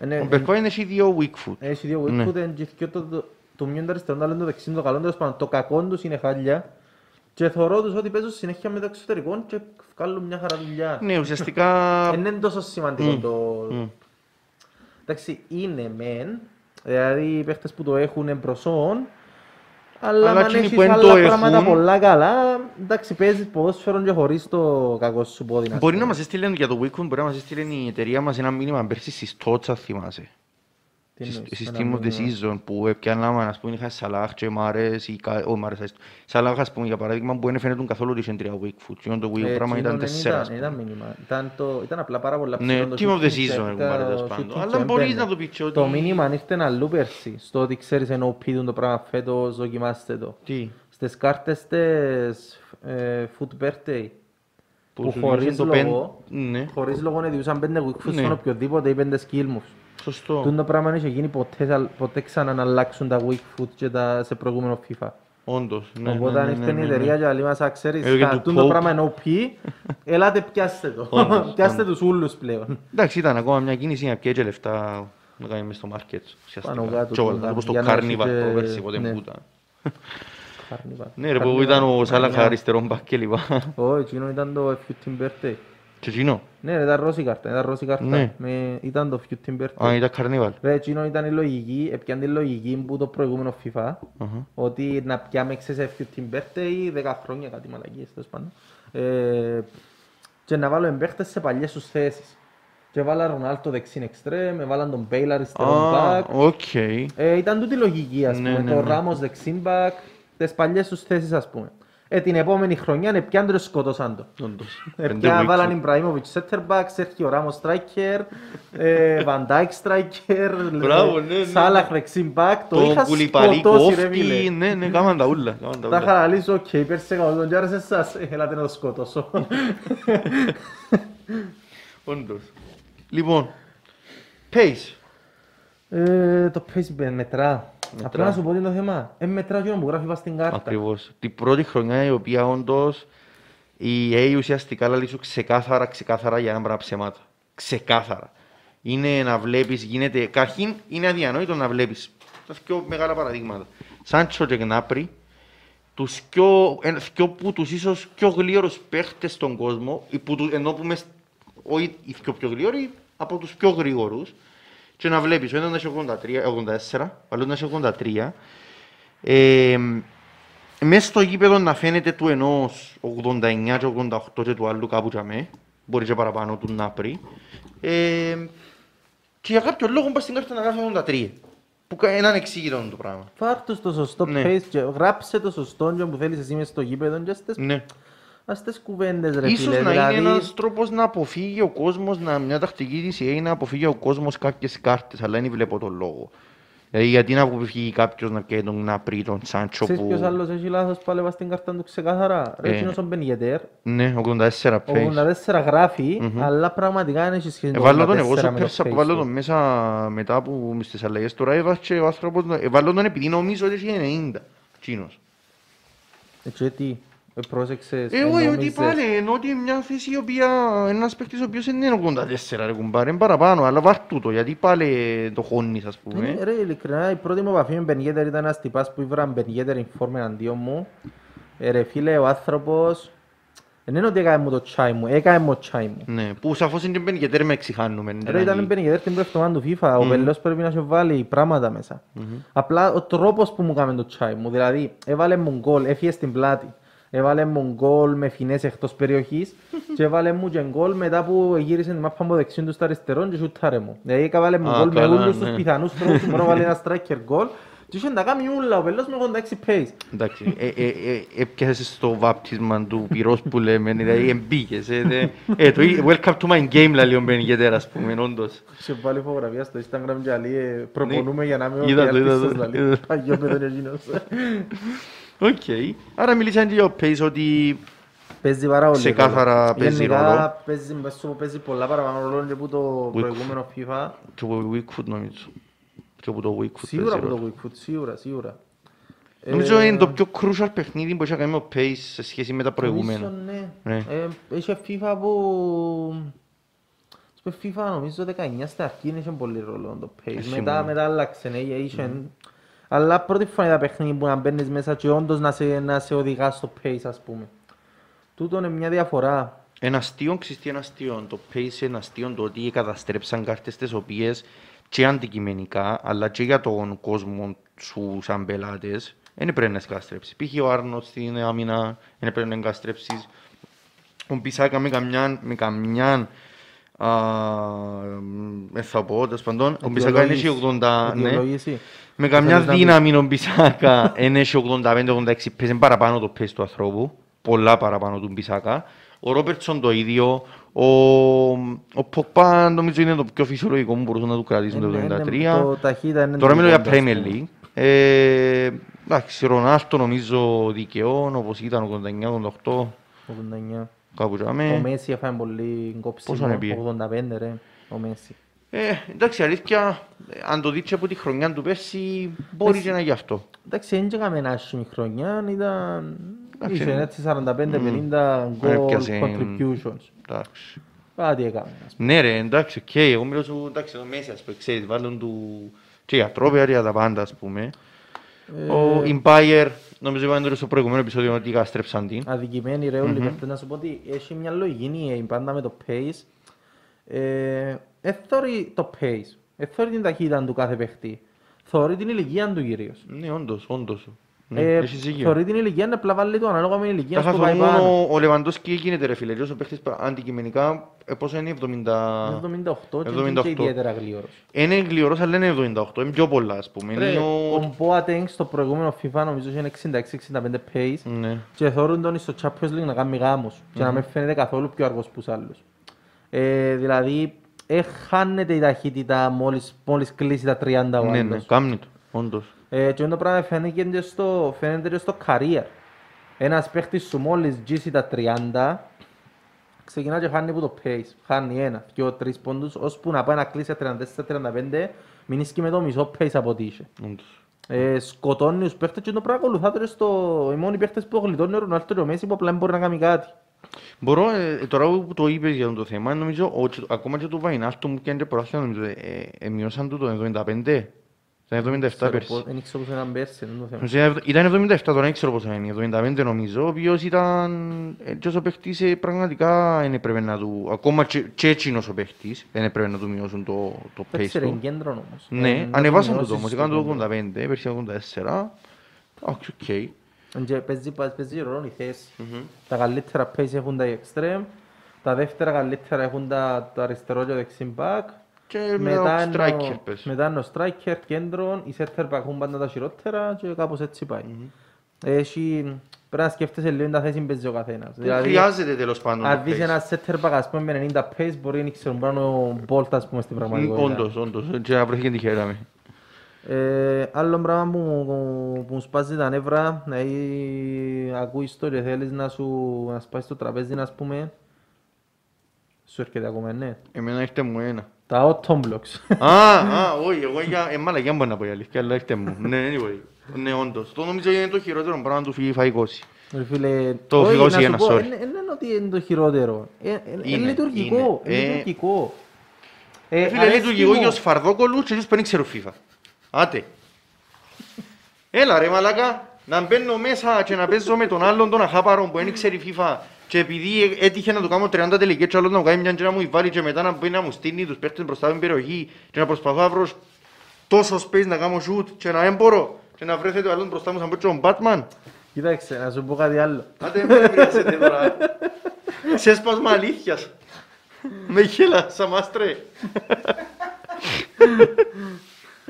A: Ο
B: είναι-
A: Μπερκόιν έχει δύο weak foot.
B: Έχει δύο
A: Ναι.
B: weak foot, εν και θκυο το- το- το μείον το αριστερό, το άλλο είναι το δεξί, το καλό, τέλος πάντων, το κακό τους είναι χάλια. Και θωρώ τους ότι παίζουν συνέχεια με το εξωτερικό και βγάλουν μια χαρά δουλειά.
A: Ναι, ουσιαστικά.
B: Δεν είναι τόσο σημαντικό το... Εντάξει, είναι μεν, δηλαδή οι παίχτες που το έχουν εμπροσών,
A: Αλλά
B: αλλά, αλλά αν
A: εκείνοι
B: έχεις
A: που εν
B: άλλα
A: το
B: πράγματα
A: έχουν-
B: πολλά καλά, εντάξει, παίζεις ποδόσφαιρο και χωρίς το κακό σου πόδι. να
A: Μπορεί να
B: πούμε.
A: μας έστειλε για το Weekend, μπορεί να μας έστειλε η εταιρεία μας ένα μήνυμα πέρσι στις Tots, αν θυμάσαι.
B: Τι εννοείς,
A: Στις
B: ένα
A: team of the
B: μήνυμα.
A: season που έπιαναμε, ας πούμε, είχα Σαλάχ και Μάρες ή Κα- ο Μάρες, ας- Σαλάχ, ας πούμε, για παράδειγμα, που δεν φαίνεται καθόλου ότι είχε τρία weak foot. Και το
B: Ε,
A: weak πράγμα
B: εκείνο
A: ήταν
B: δεν
A: τεσσέρα. ας
B: Ήταν,
A: πούμε.
B: ήταν μήνυμα. Ήταν, το, ήταν απλά πάρα πολλά
A: Ναι,
B: ψηλό το
A: team of the
B: shooting
A: season,
B: και
A: εγώ πάρε,
B: το
A: τέλος πάντων.
B: shooting
A: Αλλά
B: και
A: μπορείς
B: έμπαινε.
A: να το πεις και ότι-
B: Το μήνυμα ήρθε αλλού πέρσι, στο ότι ξέρεις ενώ πήδουν το πράγμα φέτος, δοκιμάστε το.
A: Τι,
B: Στις κάρτες της ε, Food Birthday, που
A: σου
B: χωρίς
A: δίνουν το
B: λόγο-
A: πεν- Ναι,
B: χωρίς λόγο να διούσαν πέντε quick food
A: Ναι.
B: στον οποιοδήποτε ή πέντε skill moves. Τούν
A: σωστό.
B: το πράγμα δεν είχε γίνει ποτέ, σαν- ποτέ ξανά να αλλάξουν τα weak foot και τα σε προηγούμενο FIFA.
A: Όντως. ναι, ναι,
B: Οπότε αν
A: ναι,
B: ήρθε
A: ναι,
B: η
A: ναι.
B: εταιρεία και λέει μας, «Α, ξέρεις,
A: Ε, για
B: θα-
A: του
B: τούν το
A: Pope».
B: πράγμα είναι OP, ελάτε πιάστε το.
A: Όντως,
B: Πιάστε τους ούλους πλέον.
A: Εντάξει, ήταν ακόμα μια κίνηση για πιέτσε λεφτά να κάνει μες στο μάρκετ. ουσιαστικά.
B: Πάνω κάτω,
A: Και όλα,
B: τούτα,
A: Όπως το
B: για να έχει
A: Carnival
B: και-
A: προπέρσι, ποτέ
B: ναι.
A: που ήταν.
B: Carnival.
A: Ναι ρε,
B: Carnival.
A: που ήταν ο Σαλάχ
B: Μαγιά.
A: αριστερό μπακ και λοιπά.
B: Όχι, εκείνο ήταν το Futin Birthday.
A: Και εκείνο.
B: Ναι, ρε, ήταν ρόση κάρτα, ήταν ρόση κάρτα.
A: Ναι.
B: Με- Ήταν το Futin
A: Α,
B: Birthday.
A: ήταν Carnival.
B: Ρε, εκείνο ήταν η λογική, έπιαν τη λογική που το προηγούμενο FIFA,
A: Αχα.
B: ότι να πιάμε ξέρεις Futin Birthday 10 χρόνια κάτι μαλακίες, τέλος πάντων. Ε, Και να βάλω εμπαίχτες σε παλιές τους θέσεις. Και βάλα Ρονάλτο δεξίν εξτρέμ, έβαλαν τον Μπέιλ αριστερόν
A: Α,
B: Ε, μπακ.
A: οκ.
B: Ε, ήταν τούτη η λογική, ας
A: Ναι,
B: πούμε.
A: ναι,
B: το
A: ναι.
B: Ράμος δεξίν μπακ, τις παλιές τους θέσεις, ας πούμε. Ε, την επόμενη χρονιά είναι πιάν το σκοτώσαν το.
A: Όντως.
B: Ε,
A: Πέντε
B: Πια
A: weak
B: βάλαν
A: foot.
B: Ιμπραήμοβιτς center back, Σέρχιο Ράμος striker, ε, Van Dijk striker,
A: Μπράβο, ναι, ναι.
B: Σάλαχ δεξί back, το
A: Το
B: είχα
A: κουλιπαρί
B: σκοτώσει ρε
A: κόφτη,
B: φίλε.
A: ναι, ναι, κάμαν τα ούλα. κάμαν τα
B: Τα
A: ούλα.
B: χαραλείς, οκ, πέρσε καλό τον και άρεσε εσάς, Ε, έλατε να το σκοτώσω.
A: Όντως. Λοιπόν, pace.
B: Ε, Το pace με- μετρά.
A: Μετρά.
B: Απλά να σου πω τι είναι το θέμα. Ε, μετρά και που γράφει πας στην κάρτα.
A: Ακριβώς. Την πρώτη χρονιά η οποία όντως η EA ουσιαστικά λέει σου ξεκάθαρα, ξεκάθαρα για να πράγμα ψεμάτα. Ξεκάθαρα. Είναι να βλέπεις, γίνεται, καταρχήν είναι αδιανόητο να βλέπεις. Τα πιο μεγάλα παραδείγματα. Σάντσο και Γνάπρι, τους πιο, εν, πιο που τους ίσως πιο γλίωρους παίχτες στον κόσμο, ή που του- ενώ που μες, όχι οι πιο πιο γλίωροι, από τους πιο γρήγορους, και να βλέπεις, ο ένας να έχει 83, 84, ο άλλος να έχει 83, ε, μέσα στο γήπεδο να φαίνεται του ενός 89 και 88 και του άλλου κάπου για μέ, μπορεί και παραπάνω του να πρει. Ε, και για κάποιο λόγο πας στην κάρτα να γράφει 83, που κα- είναι ανεξήγητο το πράγμα.
B: Φάρ' τους το σωστό
A: Ναι.
B: pace και γράψε το σωστό και που θέλεις εσύ μες στο γήπεδο και ας τις-
A: Ναι.
B: ας τις κουβέντες ρε
A: Ίσως
B: φίλε.
A: να
B: δηλαδή-
A: είναι ένας τρόπος να αποφύγει ο κόσμος, να, μια τακτική της είναι να αποφύγει ο κόσμος κάποιες κάρτες, αλλά δεν βλέπω τον λόγο. Δηλαδή γιατί να αποφύγει κάποιος να πιέει τον Ναπρί, τον Σάντσο
B: Ξέρεις ποιος
A: που...
B: άλλος έχει λάθος πάλι βάζει την κάρτα του ξεκάθαρα. Ρε
A: Ε.
B: εκείνος ο Μπενιγετέρ,
A: Ναι, 84 face.
B: 84 γραφει αλλά πραγματικά δεν έχει σχέση με
A: Εβάλλω τον
B: 84
A: εγώ στο
B: με το
A: Πέρσα που
B: Facebook.
A: βάλω τον μέσα μετά που στις αλλαγές τώρα έβασε ο άνθρωπος, εβάλλω τον επειδή νομίζω ότι έχει 90. Κίνος.
B: Ε, Και τι, ε, πρόσεξες,
A: Ε, όχι, ότι πάλι, ενώ ότι μια θέση η οποία, ένας παίκτης ο οποίος δεν είναι 84 ρε κουμπάρε, είναι παραπάνω, αλλά βάρ' τούτο, γιατί πάλι ε, το χώνεις ας πούμε.
B: Ναι, Ρε, ειλικρινά, η πρώτη μου επαφή με Μπενιέτερ ήταν ένας τυπάς που ήβραν Μπενιέτερ inform εναντίον μου. Ε, ρε φίλε, ο άνθρωπος, δεν είναι ότι έκανε μου το τσάι μου, έκανε μου το τσάι μου.
A: Ναι, που σαφώς είναι πέντε και τέρμα εξηχάνουμε. ναι,
B: Ρε, ήταν
A: ναι.
B: Μπενιέτερ την πρώτη εβδομάδα του FIFA, ο Πελός πρέπει να σου βάλει πράγματα μέσα. Απλά ο τρόπος που μου έκανε το τσάι μου, δηλαδή, έβαλε μου γκολ, έφυγε στην πλάτη. Έβαλε μου γκολ με φινές εκτός περιοχής και έβαλε μου και γκολ μετά που γύρισε την μάπα από δεξιόν του στα αριστερόν και σούταρε μου. Δηλαδή έβαλε μου
A: Α,
B: γκολ με
A: καλά,
B: όλους
A: ναι.
B: τους πιθανούς τρόπους που μπορεί να βάλει ένα striker γκολ και είχε να κάνει ούλα ο Πελός με 86 pace.
A: Εντάξει, ε, ε, ε, έπιασες στο βάπτισμα του πυρός που λέμε, δηλαδή εμπήκες. Ε, δε- ε, το ε, welcome to my game, λέει ο Μπεν Γετέρα, ας πούμε, όντως.
B: Σε βάλει φωτογραφία στο Instagram και λέει «Ε, προπονούμε για να μην
A: Είδα το,
B: ο διάρκειας
A: είδα το,
B: σας», λέει.
A: είδα.
B: Παγιό παιδόν εκείνος.
A: Οκ. Άρα μιλήσαν και για το pace ότι
B: Παίζει πάρα πολύ
A: Ξεκάθαρα
B: ρόλο.
A: παίζει
B: Γενικά,
A: ρόλο.
B: παίζει, μες σου παίζει πολλά παραπάνω ρόλο και που το προηγούμενο FIFA.
A: και το Wickfoot νομίζω. Και που το Wickfoot.
B: Σίγουρα που το Wickfoot, σίγουρα, σίγουρα.
A: Νομίζω
B: Ε,
A: είναι το πιο crucial παιχνίδι που είχε κάνει ο pace σε σχέση με τα
B: Νομίζω
A: προηγούμενα.
B: ναι.
A: Ναι.
B: Ε, Είχε FIFA που... Στο FIFA νομίζω 19 στα αρχή είχε πολύ ρόλο το pace.
A: Έχει
B: Μετά,
A: μόνο.
B: μετά άλλαξε, ναι, είχε... Αλλά πρώτη φορά είδα παιχνίδι που να μπαίνεις μέσα και όντως να σε, να σε οδηγά στο pace ας πούμε. Τούτο είναι μια διαφορά.
A: Ένα αστείο, ξέρεις τι είναι αστείο. Το pace είναι αστείο το ότι καταστρέψαν κάρτες τις οποίες και αντικειμενικά αλλά και για τον κόσμο σου σαν πελάτες δεν πρέπει να τις καταστρέψεις. Π.χ. ο Άρνοτ στην άμυνα δεν πρέπει να την καταστρέψεις. Ο Πισάκα με καμιά, με καμιάν Α, ε, θα πω, τέλος πάντων, ο Μπισάκα είναι
B: Αιτιολόγηση.
A: και 80, ναι.
B: Αιτιολόγηση.
A: Με καμιά
B: Θέλεις να πεις.
A: δύναμη ο Μπισάκα είναι και 85-86, παίζει παραπάνω το pace του ανθρώπου, πολλά παραπάνω του Μπισάκα. Ο Ρόπερτσον το ίδιο, ο, ο Ποπά νομίζω είναι το πιο φυσιολογικό που μπορούσαν να του κρατήσουν
B: Είναι- είναι-
A: το 73.
B: Ε, ναι, το ταχύτητα είναι
A: Τώρα μιλώ για
B: τελικό, ας
A: Premier
B: πούμε.
A: League. Ε, εντάξει, Ρονάλτο νομίζω δικαιών, όπως ήταν 89-88,
B: 89.
A: κάπου
B: Ο
A: τζάμε.
B: Μέση έφαγε πολύ κόψιμο.
A: Ε. Πόσο έπιε?
B: 85 ρε, ο Μέση.
A: Ε, εντάξει, αλήθεια, ε, αν το δείτε από τη χρονιά του πέρσι, μπορεί και να γι' αυτό.
B: Εντάξει, δεν είχαμε ένα άσχημη χρονιά, ήταν...
A: Εντάξει,
B: Είχε
A: ναι. Ε,
B: έτσι 45-50 goal
A: Έπιασε-
B: contributions.
A: Εντάξει.
B: Κάτι έκαμε. ας πούμε.
A: Ναι ρε, εντάξει, οκ, εγώ μιλώ σου, εντάξει, το Μέση, ας πούμε, ξέρεις, βάλουν του και για τρόπια και για τα πάντα, ας πούμε.
B: Ε,
A: Ο Empire, νομίζω είπαμε στο προηγούμενο επεισόδιο ότι καστρέψαν την.
B: Αδικημένοι ρε όλοι, mm να σου πω ότι έχει μια λογική η πάντα με το pace. Ε, Εθώρει το pace, εθώρει την ταχύτητα του κάθε παιχτή. Θεωρεί την ηλικία του κυρίως.
A: Ναι, όντως, όντως. Ναι,
B: Ε,
A: έχεις δίκιο.
B: Θεωρεί την ηλικία, απλά βάλει το ανάλογα με την ηλικία
A: Τα
B: στο
A: χαθώ
B: πάει πάνω.
A: μόνο ο Λεβαντόσκι γίνεται ρε φίλε, και ο παίχτης πα- αντικειμενικά, ε, πόσο είναι 70...
B: Είναι 78 και είναι και
A: 78.
B: ιδιαίτερα γλύωρος.
A: Είναι γλυωρός αλλά είναι 78, είναι πιο πολλά ας πούμε.
B: Ρε,
A: Είναι
B: Ο
A: ο...
B: Boateng στο προηγούμενο FIFA νομίζω είχε 66-65 pace
A: Ναι.
B: και θεωρούν τον στο Champions League να κάνει γάμους και να μην φαίνεται καθόλου πιο αργός που τους άλλους. Ε, δηλαδή, ε, χάνεται η ταχύτητα μόλις, μόλις κλείσει τα 30 ο
A: Ναι,
B: άλλος.
A: ναι, κάμνει το, όντως.
B: Ε, και αυτό το πράγμα φαίνεται και στο, φαίνεται και στο career. Ένας παίχτης σου μόλις γύσει τα 30, ξεκινά και χάνει που το pace. Χάνει ένα, δυο, τρεις πόντους, ώσπου να πάει να κλείσει τα 34-35, μην ίσκει με το μισό pace από ό,τι είχε.
A: όντως.
B: Ε, σκοτώνει τους παίχτες και το πράγμα ακολουθάτε στο... Οι μόνοι παίχτες που γλιτώνει ο Ρονάλτο και ο Μέση που απλά δεν μπορεί να κάνει κάτι.
A: Μπορώ, ε, τώρα που το είπες για το θέμα, νομίζω ότι ακόμα και το Βαϊνάλτο μου πιάνε προάθεια, νομίζω, ε, ε, ε, μειώσαν το το 75, ήταν 77
B: Ξέρω πώς-
A: πέρσι.
B: Δεν ήξερα πως ήταν πέρσι, δεν το θέμα.
A: Νομίζω Ήταν 77, τώρα δεν ξέρω πόσο είναι, 75 νομίζω, ο οποίος ήταν, ε, και όσο παίχτης ε, πραγματικά δεν έπρεπε να του, ακόμα και, και εκείνος ο παίχτης, δεν έπρεπε να του μειώσουν το, το
B: Δεν
A: pace
B: ξέρω, είναι
A: του.
B: κέντρο όμως. Ε,
A: Ναι,
B: να
A: ανεβάσαν
B: μειώσεις
A: το όμως, έκαναν
B: κέντρο.
A: το 85, πέρσι το 84, όχι, οκ.
B: Και παίζει, παίζει ρόλο η θέση. Τα καλύτερα pace έχουν τα extreme, τα δεύτερα καλύτερα έχουν τα, το αριστερό και το δεξί back.
A: Και μετά ο
B: είναι ο-
A: striker πες.
B: μετά είναι ο striker, κέντρο, οι setter back έχουν πάντα τα χειρότερα και κάπως έτσι πάει. Έχει, πρέπει να σκέφτεσαι λίγο τα θέση που παίζει ο καθένας.
A: Που
B: Δηλαδή,
A: Χρειάζεται τέλος πάντων. το
B: Αν δεις
A: pace.
B: ένα setter back ας πούμε με 90 pace μπορεί να ξέρουν πάνω ο Bolt ας πούμε στην πραγματικότητα.
A: Όντως, όντως. ε, Και να βρέθηκε τυχαία με.
B: Ε, άλλο πράγμα που, μου- που μου σπάζει τα νεύρα, δηλαδή ακούεις το και θέλεις να σου να σπάσεις το τραπέζι, να πούμε, σου έρχεται ακόμα, ναι.
A: Εμένα ήρθε μου ένα.
B: Τα autumn blocks.
A: Α, α, όχι, εγώ για εμάλα για μπορεί να πω η αλήθεια, αλλά ήρθε μου. Ναι, anyway. Ναι, όντως. Το νομίζω είναι το χειρότερο πράγμα του FIFA 20.
B: Ρε φίλε,
A: Το
B: όχι,
A: φυγός
B: να σου
A: Ιέννα,
B: πω,
A: sorry.
B: εν- εν είναι ότι είναι το χειρότερο. Ε, ε, Είναι
A: Είναι,
B: λειτουργικό,
A: είναι.
B: είναι
A: Ε,
B: λειτουργικό. Ε,
A: Φίλε,
B: αρέσκει
A: λέει του γηγό
B: μου.
A: γιος φαρδόκολου και γιος παίρνει ξέρω FIFA. Άτε. Έλα ρε μαλάκα, να μπαίνω μέσα και να παίζω με τον άλλον τον αχάπαρο που δεν ξέρει FIFA και επειδή έτυχε να του κάνω 30 τελικές και άλλο να μου κάνει μια και να μου βάλει και μετά να μπει να μου στείλει τους παίχτες μπροστά στην περιοχή και να προσπαθώ να βρω τόσο space να κάνω shoot και να δεν μπορώ και να βρέθετε ο άλλος μπροστά μου σαν παίξω τον Batman.
B: Κοίταξε, να σου πω κάτι άλλο.
A: Άντε μην βρέσετε τώρα. Ξέσπασμα αλήθειας. Με χέλα, σαν μάστρε.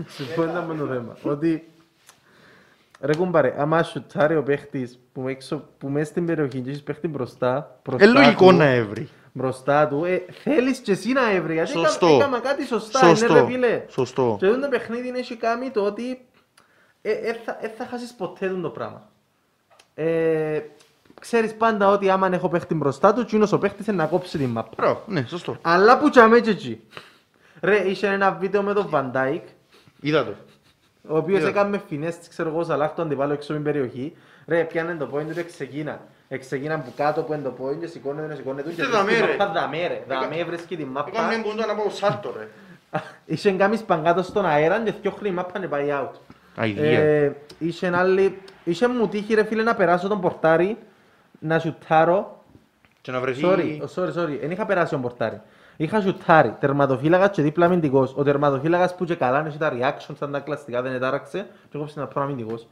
B: Συμφωνώ με το θέμα. Ότι ρε κουμπάρε, άμα σουτάρει ο παίχτης που, έξω, που μέσα στην περιοχή και έχεις παίχτη μπροστά,
A: Ε,
B: μπροστά
A: λογικό
B: του,
A: να έβρει.
B: μπροστά του, ε, θέλεις και εσύ να έβρει, γιατί
A: Σωστό.
B: έκαμε, έκαμε κάτι σωστά,
A: Σωστό.
B: είναι ρε φίλε.
A: Σωστό.
B: Και αυτό το παιχνίδι έχει κάνει το ότι ε, ε, θα, ε, θα χάσεις ποτέ τον το πράγμα. Ε, ξέρεις πάντα ότι άμα έχω παίχτη μπροστά του, τσίνος ο παίχτης είναι να κόψει την μάπα.
A: Μπράβο, ναι, σωστό.
B: Αλλά που τσάμε και εκεί. Ρε, είχε ένα βίντεο με τον Van Dijk
A: Είδα το.
B: ο οποίος
A: Ναι.
B: έκανε φινές, ξέρω εγώ, Σαλάχ, τον αντιβάλλω έξω από την περιοχή. Ρε, πιάνε το πόιντ του, εξεκίνα. Εξεκίνα που κάτω που είναι το πόιντ, και σηκώνεται, σηκώνεται του. Και
A: Είστε δαμέ,
B: βρίσκει
A: ρε.
B: τη μάπα, δαμέ, ρε. Δαμέ, βρίσκει τη
A: Έκαμε
B: μάπα.
A: ποντό να πάω σάρτο ρε.
B: Είχε κάνει σπαγκάτο στον αέρα και θκιόχνει η μάπα να πάει out.
A: Αιδία.
B: Ε, Είχε άλλη... Είχε μου τύχει, ρε φίλε, να περάσω τον πορτάρι, να σουτάρω.
A: Και να βρεθεί...
B: Sorry, oh, sorry, sorry. Δεν είχα περάσει τον πορτάρι. Είχα σουτάρει, τερματοφύλακα και δίπλα αμυντικός. Ο τερματοφύλακας που και καλά είχε τα reaction, σαν τα κλαστικά δεν ετάραξε και κόψε να πω αμυντικός.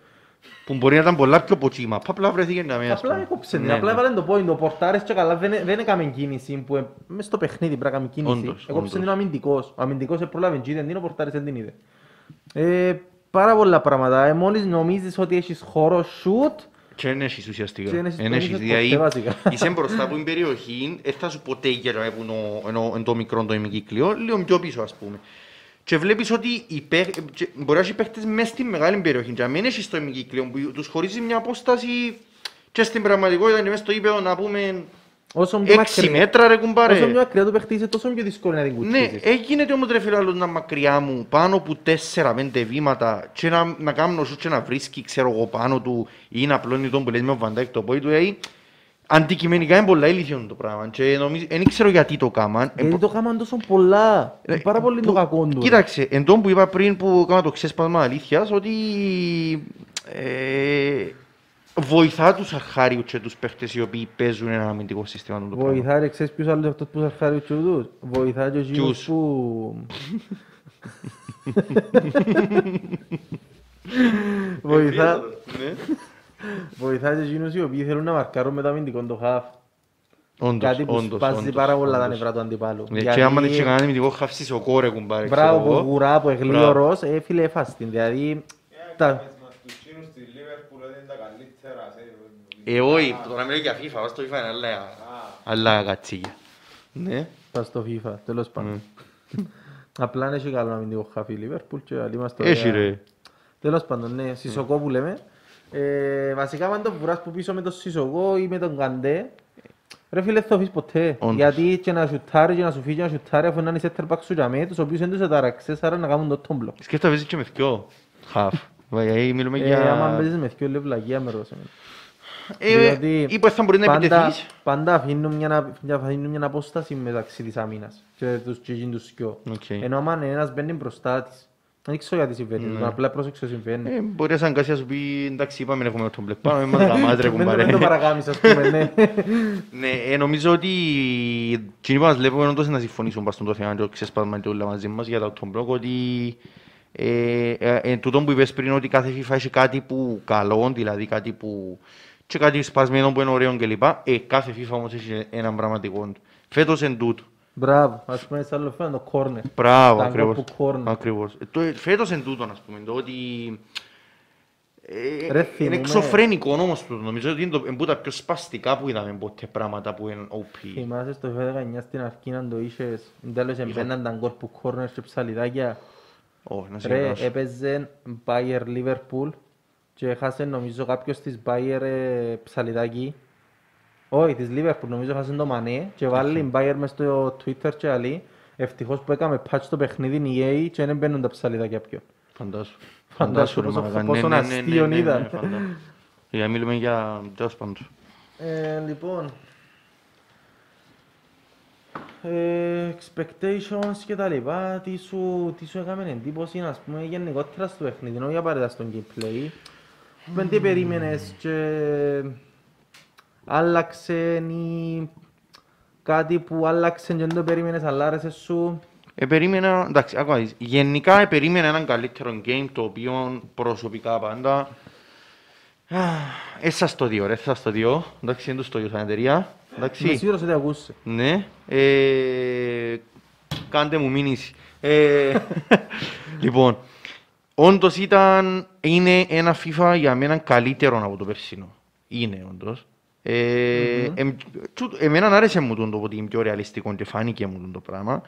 A: Που μπορεί να ήταν πολλά πιο ποτσίμα. Απλά βρέθηκε να μην. ας
B: Απλά
A: πούμε.
B: έκοψε την,
A: Ναι,
B: απλά
A: ναι.
B: έβαλε το point, ο πορτάρες και καλά δεν, δεν έκαμε κίνηση που ε, μες στο παιχνίδι πρέπει να κάνει κίνηση.
A: Όντως,
B: έκοψε
A: όντως.
B: την ο αμυντικός, ο αμυντικός επρόλαβε και δεν είναι ο πορτάρες δεν την είδε. Ε, πάρα πολλά πράγματα, ε, μόλις νομίζεις ότι έχεις χώρο shoot,
A: Και δεν έχεις ουσιαστικά.
B: Και δεν έχεις-
A: Δεν
B: δεν
A: έχεις,
B: έχεις
A: δηλαδή,
B: ποτέ, βασικά.
A: Είσαι μπροστά από την περιοχή, δεν θα σου ποτέ για να έχουν ο- ενώ- εν το μικρό το ημικύκλιο, λίγο πιο πίσω ας πούμε. Και βλέπεις ότι οι παίχ- και μπορεί να έχει παίχτες μέσα στη μεγάλη περιοχή και να μην έχεις το ημικύκλιο που τους χωρίζεις μια απόσταση και στην πραγματικότητα είναι μέσα στο ύπεδο να πούμε
B: όσο πιο
A: 6
B: μακριά,
A: μέτρα ρε κουμπάρε.
B: όσο πιο ακριά το παιχνίδι είσαι, τόσο πιο δύσκολο είναι να την
A: Ναι,
B: κουτσίζεις.
A: έγινε όμως ρε φίλε άλλος να μακριά μου πάνω από 4-5 βήματα και να, να κάνω σου και να βρίσκει ξέρω εγώ πάνω του ή να πλώνει τον που λες με ο Βαντάκ το πόη του δηλαδή, αντικειμενικά είναι πολλά ηλίθιον το πράγμα και νομίζω, δεν ξέρω γιατί το κάμαν Ε,
B: Γιατί
A: πο-
B: το κάμαν τόσο πολλά, είναι πάρα πολύ
A: που-
B: το κακό του.
A: Κοίταξε, εν τόν που είπα πριν που έκανα το ξέσπασμα αλήθειας ότι ε, βοηθά τους αρχάριους και τους παίχτες οι οποίοι παίζουν ένα αμυντικό σύστημα το πράγμα.
B: Βοηθάει, ξέρεις ποιος άλλος είναι αυτός που σαρχάρει ο τσιουδούς. Βοηθάει και ο
A: Ποιους?
B: γιος που... Βοηθά-
A: Ναι.
B: Βοηθάει και εκείνους οι οποίοι θέλουν να μαρκάρουν με το αμυντικό το χαφ.
A: Όντως,
B: Κάτι που
A: όντως,
B: σπάζει
A: όντως,
B: πάρα πολλά τα
A: όντως.
B: νευρά του αντιπάλου.
A: Ναι,
B: Γιατί-
A: Και άμα δεν είχε κανένα μυθικό χαύσι ο κόρε κουμπάρε.
B: Μπράβο
A: ξέρω εγώ.
B: που γουρά, που
A: Μπράβο.
B: εγλίωρος, έφυλε εφάστην. ε, Δηλαδή, τα...
A: Ε, όχι, τώρα μιλώ για FIFA, βάζω το FIFA είναι άλλα- άλλα κατσίγια. Ναι.
B: τα στο FIFA, τέλος πάντων. Απλά είναι καλό αμυντικό χαφ η Λίβερπουλ και αλλή μας το
A: Έχει ρε.
B: Τέλος πάντων, ναι, Σισοκό που λέμε. Ε, βασικά, αν τον βουράς που πίσω με τον Σισοκό ή με τον Καντέ, ρε φίλε, δεν θα φύγεις ποτέ.
A: Όντως.
B: Γιατί και να σουτάρει και να σου φύγει και να σουτάρει, αφού να είναι center back σου τζαμί, τους οποίους δεν τους αταραξές, άρα να κάνουν το τόμπλο.
A: Σκέφτα παίζεις και με δυο. Χαφ. Βαγιαί, μιλούμε
B: Ε, άμα
A: για...
B: παίζεις με δύο λευλαγία με ρωτήσαμε.
A: Ε,
B: διότι
A: Ή πως θα μπορεί να
B: Πάντα,
A: επιτεθείς.
B: πάντα αφήνουν, μια, να- μια, αφήνουν μια απόσταση μεταξύ της αμήνας και τους τσίγιν τους σκιό.
A: Οκ.
B: Ενώ άμα ένας μπαίνει μπροστά της, δεν ξέρω γιατί συμβαίνει,
A: Ναι.
B: τούτο, απλά πρόσεξε συμβαίνει.
A: Ε, Μπορεί να σαν κάτι να σου πει εντάξει είπαμε να έχουμε τον μπλεκ πάνω, ε, μην μας γαμάς, ρε
B: Μην το- μην
A: κουμπάρε.
B: το παρακάμεις, ας πούμε, ναι.
A: Ναι, ε, νομίζω ότι εκείνοι που μας βλέπουμε όντως να συμφωνήσουν πάνω το θέμα και το ξεσπάσμα και όλα μαζί μας για το Tom Brock ότι ε, ε, ε, τούτο που είπες πριν ότι κάθε FIFA έχει κάτι που καλό, δηλαδή κάτι που και κάτι σπασμένο που είναι ωραίο κλπ. Ε, κάθε FIFA όμως έχει έναν πραγματικό. Φέτος εν τούτο.
B: Μπράβο, ας πούμε σαν λεφτά το corner.
A: Μπράβο,
B: Τα
A: ακριβώς.
B: γκολ που κόρνε.
A: ακριβώς. Ε, το- ε, Φέτος εν τούτο, ας πούμε, το ότι... ε,
B: Ρε,
A: είναι
B: θυμούμε-
A: εξωφρενικό όμως τούτο. Νομίζω ότι είναι το- είναι που τα πιο σπαστικά που είδαμε ποτέ πράγματα που είναι OP.
B: Θυμάσαι στο 2019 στην αρχή να το είχες, τέλος εμπαίναν τα γκολ που corner και ψαλιδάκια.
A: Όχι, να σε
B: Ρε, ε,
A: κρατάσω.
B: έπαιζε Bayer Liverpool και έχασε νομίζω κάποιος της Bayer ε, ψαλιδάκι. Όχι, της Liverpool νομίζω έχασε το Μανέ και βάλει η Bayer μες στο Twitter και άλλη. Ευτυχώς που έκαμε patch το παιχνίδι η EA και δεν μπαίνουν τα ψαλιδάκια πιο.
A: Φαντάσου.
B: Φαντάσου
A: ρε
B: πόσο-
A: μαλάκα. Ναι,
B: πόσο
A: ναι, ναι,
B: αστείον
A: ναι, ναι,
B: ήταν.
A: ναι, φαντάσου. Για μιλούμε για τέλος πάντων.
B: Ε, λοιπόν. Ε, expectations και τα λοιπά, τι σου, τι σου έκαμε εντύπωση, ας πούμε, γενικότερα στο παιχνίδι, όχι απαραίτητα στον gameplay. Πεν τι περίμενες και άλλαξε ή κάτι που άλλαξε και δεν το περίμενες, αλλά άρεσε σου.
A: Ε, περίμενα, εντάξει, άκου να δεις. Γενικά ε, περίμενα έναν καλύτερο game το οποίο προσωπικά πάντα. Έσα το δύο, ρε, έσα το δύο. Εντάξει, δεν τους το δύο σαν εταιρεία.
B: Είμαι
A: Εντάξει,
B: σίγουρος ότι ακούσε.
A: ναι. Ε, κάντε μου μήνυση. Ε, λοιπόν, όντως ήταν, είναι ένα FIFA για μένα καλύτερο από το περσινό. Είναι όντως. Ε,
B: Μμμ.
A: εμ- τσου- εμένα άρεσε μου το ότι είναι πιο ρεαλιστικό και φάνηκε μου το πράγμα.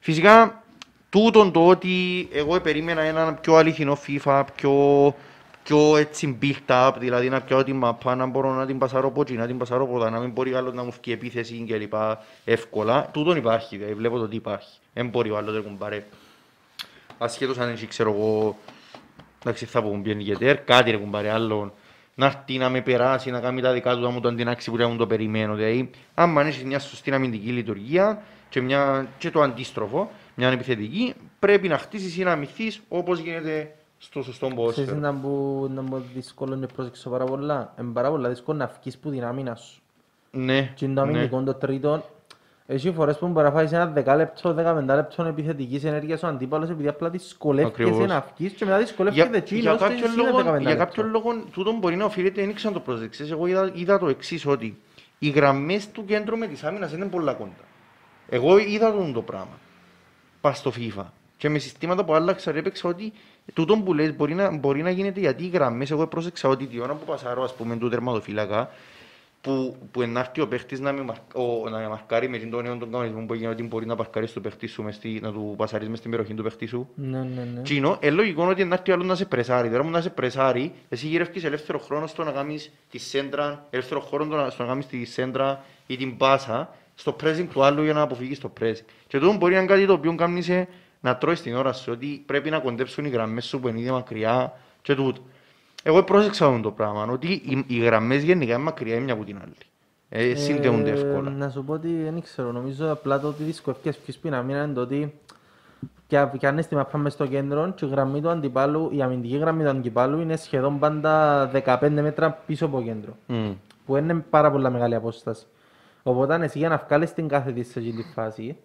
A: Φυσικά, τούτον το ότι εγώ περίμενα ένα πιο αληθινό FIFA, πιο, πιο έτσι built up, δηλαδή να πιάω την μαπά, να μπορώ να την πασάρω από εκεί, να την πασάρω από εδώ, να μην μπορεί άλλος να μου βγει επίθεση κλπ. εύκολα. Τούτον υπάρχει, δηλαδή βλέπω το ότι υπάρχει. Δεν μπορεί ο άλλος να κουμπάρε. Ασχέτως αν έχει, ξέρω εγώ, εντάξει θα πω μπαίνει και τέρ, κάτι ρε κουμπάρε άλλον. Να έρθει να με περάσει, να κάνει τα δικά του, να μου το αντινάξει που να μου το περιμένω. Δηλαδή, άμα έχεις μια σωστή αμυντική λειτουργία και, μια, και το αντίστροφο, μια επιθετική, πρέπει να χτίσεις ή να αμυθείς όπως γίνεται στο σωστό
B: Ξέρεις
A: ποδόσφαιρο.
B: να μου να μου δύσκολο και πρόσεξα πάρα πολλά. Είναι πάρα πολλά δύσκολο να βγεις που την άμυνα σου.
A: Ναι,
B: Και είναι το
A: ναι.
B: αμυντικό το τρίτο. Έχει φορές που μπορεί να φάεις ένα δεκάλεπτο, δεκαπεντάλεπτο επιθετικής ενέργειας ο αντίπαλος επειδή απλά δυσκολεύκεσαι
A: Ακριβώς.
B: να αυκείς και μετά
A: Για,
B: δυσκολεύκεται
A: για,
B: εκείνος και
A: κάποιον
B: εσύ είναι
A: λόγο, για
B: δεκαπεντάλεπτο.
A: κάποιον λόγο, τούτο μπορεί να οφείλεται, δεν ήξερα να το προσδεξές. Εγώ είδα, είδα το εξής ότι οι γραμμές του κέντρου με τη άμυνας είναι πολλά κοντά. Εγώ είδα τον το πράγμα. Πας στο FIFA. Και με συστήματα που άλλαξα, ρε, έπαιξα ότι τούτο που λες μπορεί να, μπορεί να γίνεται γιατί οι γραμμές, εγώ πρόσεξα ότι τη ώρα που πασαρώ, ας πούμε, του τερματοφύλακα, που, που ενάρτει ο παίχτης να, με μαρκ- ο- να με μαρκάρει με τον νέο τον κανονισμό που έγινε ότι μπορεί να παρκάρει στο παίχτη σου, μες στη- να του πασαρείς μες στην περιοχή του παίχτη σου.
B: Ναι, ναι, ναι.
A: Τσίνο, ε, λογικό είναι ότι να έρθει ο άλλος να σε πρεσάρει. Τώρα μου να σε πρεσάρει, εσύ γυρεύκεις ελεύθερο χρόνο στο να κάνεις τη σέντρα, ελεύθερο χρόνο στο να- στο να κάνεις τη σέντρα ή την πάσα στο pressing του άλλου για να αποφύγεις το pressing. Και τούτο μπορεί να είναι κάτι το οποίο κάνεις σε να τρώεις την ώρα σου, ότι πρέπει να κοντέψουν οι γραμμές σου που είναι ήδη μακριά και τούτο. Εγώ πρόσεξα αυτό το πράγμα, ότι οι, οι γραμμές γενικά είναι μακριά η μια από την άλλη. Ε, συνδέονται
B: Ε,
A: εύκολα.
B: Να σου πω ότι δεν ξέρω, νομίζω απλά το ότι δυσκολεύκες ποιος πει να μείνει είναι το ότι πια- πιάνεις τη μαπά μες στο κέντρο και η γραμμή του αντιπάλου, η αμυντική γραμμή του αντιπάλου είναι σχεδόν πάντα 15 μέτρα πίσω από κέντρο.
A: Μμ.
B: που είναι πάρα πολύ μεγάλη απόσταση. Οπότε αν εσύ για να βγάλεις την κάθετη σε αυτή τη φάση,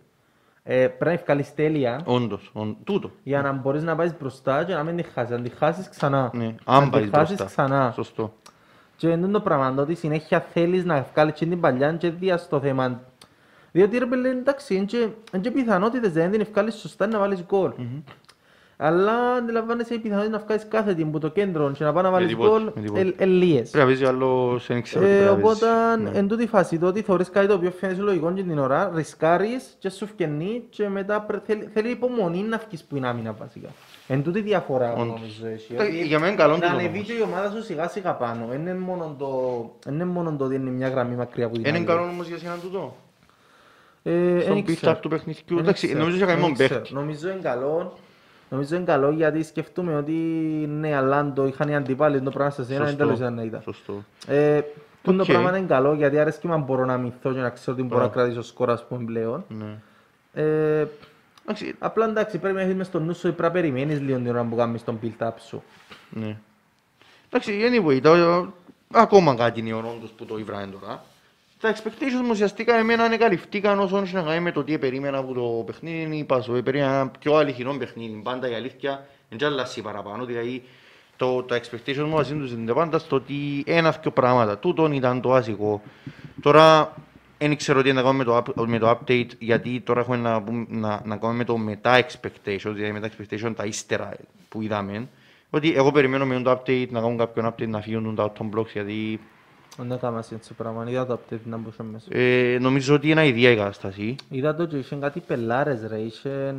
B: ε, πρέπει να βγάλεις τέλεια
A: Όντως, όν- τούτο.
B: για να μπορείς να πάεις μπροστά και να μην τη χάσεις. Αν τη χάσεις ξανά.
A: Ναι, αν
B: να
A: πάει
B: τη χάσεις
A: μπροστά.
B: ξανά.
A: Σωστό.
B: Και είναι το πράγμα το ότι συνέχεια θέλεις να βγάλεις και την παλιά και δια στο θέμα. Διότι ρε παιδί, εντάξει, είναι και, είναι και πιθανότητες, δεν την βγάλεις σωστά να βάλεις γκολ. Αλλά αντιλαμβάνεσαι οι πιθανότητες να βγάλεις κάθετη που το κέντρο και να πάει να βάλεις
A: τίποτε,
B: γκολ
A: με τίποτε.
B: ε, ε, λίες.
A: Πρέπει να παίζει ο άλλος, δεν ξέρω τι
B: Ε,
A: πρέπει να παίζει.
B: οπότε,
A: Ναι.
B: εν τούτη φάση, το ότι θεωρείς κάτι το οποίο φαίνεται σου λογικό και την ώρα, ρισκάρεις και σου φκαινεί και μετά πρε- θέλει, θέλει υπομονή να βγεις που είναι άμυνα βασικά. Εν τούτη διαφορά
A: Όντως.
B: νομίζω έχει.
A: Ε,
B: ότι
A: Για μένα είναι καλό
B: Να
A: τούτο
B: ανεβεί
A: όμως.
B: και η ομάδα σου σιγά σιγά πάνω. Εν Είναι μόνο το, εν είναι μόνο το ότι είναι μια γραμμή μακριά από την
A: Ε, Είναι
B: άλλη.
A: καλό όμως για σένα τούτο.
B: Ναι. Ε, εν
A: Στον
B: ξέρω.
A: πίτα του παιχνιδιού.
B: Εν
A: Εντάξει,
B: ξέρω.
A: νομίζω για
B: Εν
A: κανέναν
B: ξέρω.
A: παίχτη.
B: Νομίζω είναι καλό. Νομίζω είναι καλό γιατί σκεφτούμε ότι ναι, αλλά αν το είχαν οι αντιπάλοι, το πράγμα σας είναι, δεν
A: Σωστό.
B: τέλος ήταν να ήταν.
A: Σωστό.
B: Ε, τούτο
A: Οκ.
B: πράγμα είναι καλό γιατί αρέσκει να μπορώ να μυθώ και να ξέρω ότι μπορώ να
A: Μπράβο.
B: κρατήσω σκορ ας πούμε πλέον.
A: Ναι.
B: Ε,
A: Εντάξει,
B: απλά εντάξει πρέπει να έχεις μες στο νου σου ή πρέπει να περιμένεις λίγο την ώρα που κάνεις τον build-up σου.
A: ναι. Εντάξει, anyway, τα- ακόμα κάτι είναι όντως που το ήβρανε τώρα. Τα expectations μου ουσιαστικά εμένα ανεκαλυφθήκαν όσον είχε να κάνει με το τι περίμενα από το παιχνίδι. Είπα σου, περίμενα ένα πιο αληθινό παιχνίδι. Πάντα η αλήθεια δεν τ' αλλάζει παραπάνω. Δηλαδή, το, τα expectations μου ασύντουσαν πάντα στο ότι ένα-δυο πράγματα. Τούτον ήταν το άσυγο. Τώρα, δεν ξέρω τι να κάνω με το, up- με το update, γιατί τώρα έχουμε να, πούμε- να, να κάνουμε με το μετά expectations, δηλαδή μετά expectations τα ύστερα που είδαμε. Ότι εγώ περιμένω με το update να κάνουν κάποιον update να φύγουν τα autumn blocks, γιατί
B: Δεν έκαμε Ναι, έτσι πράγμα, είδα το update να μπούσω μέσα.
A: ε, νομίζω ότι είναι ιδέα η κατάσταση.
B: Είδα το και είχε κάτι πελάρες ρε, είχε...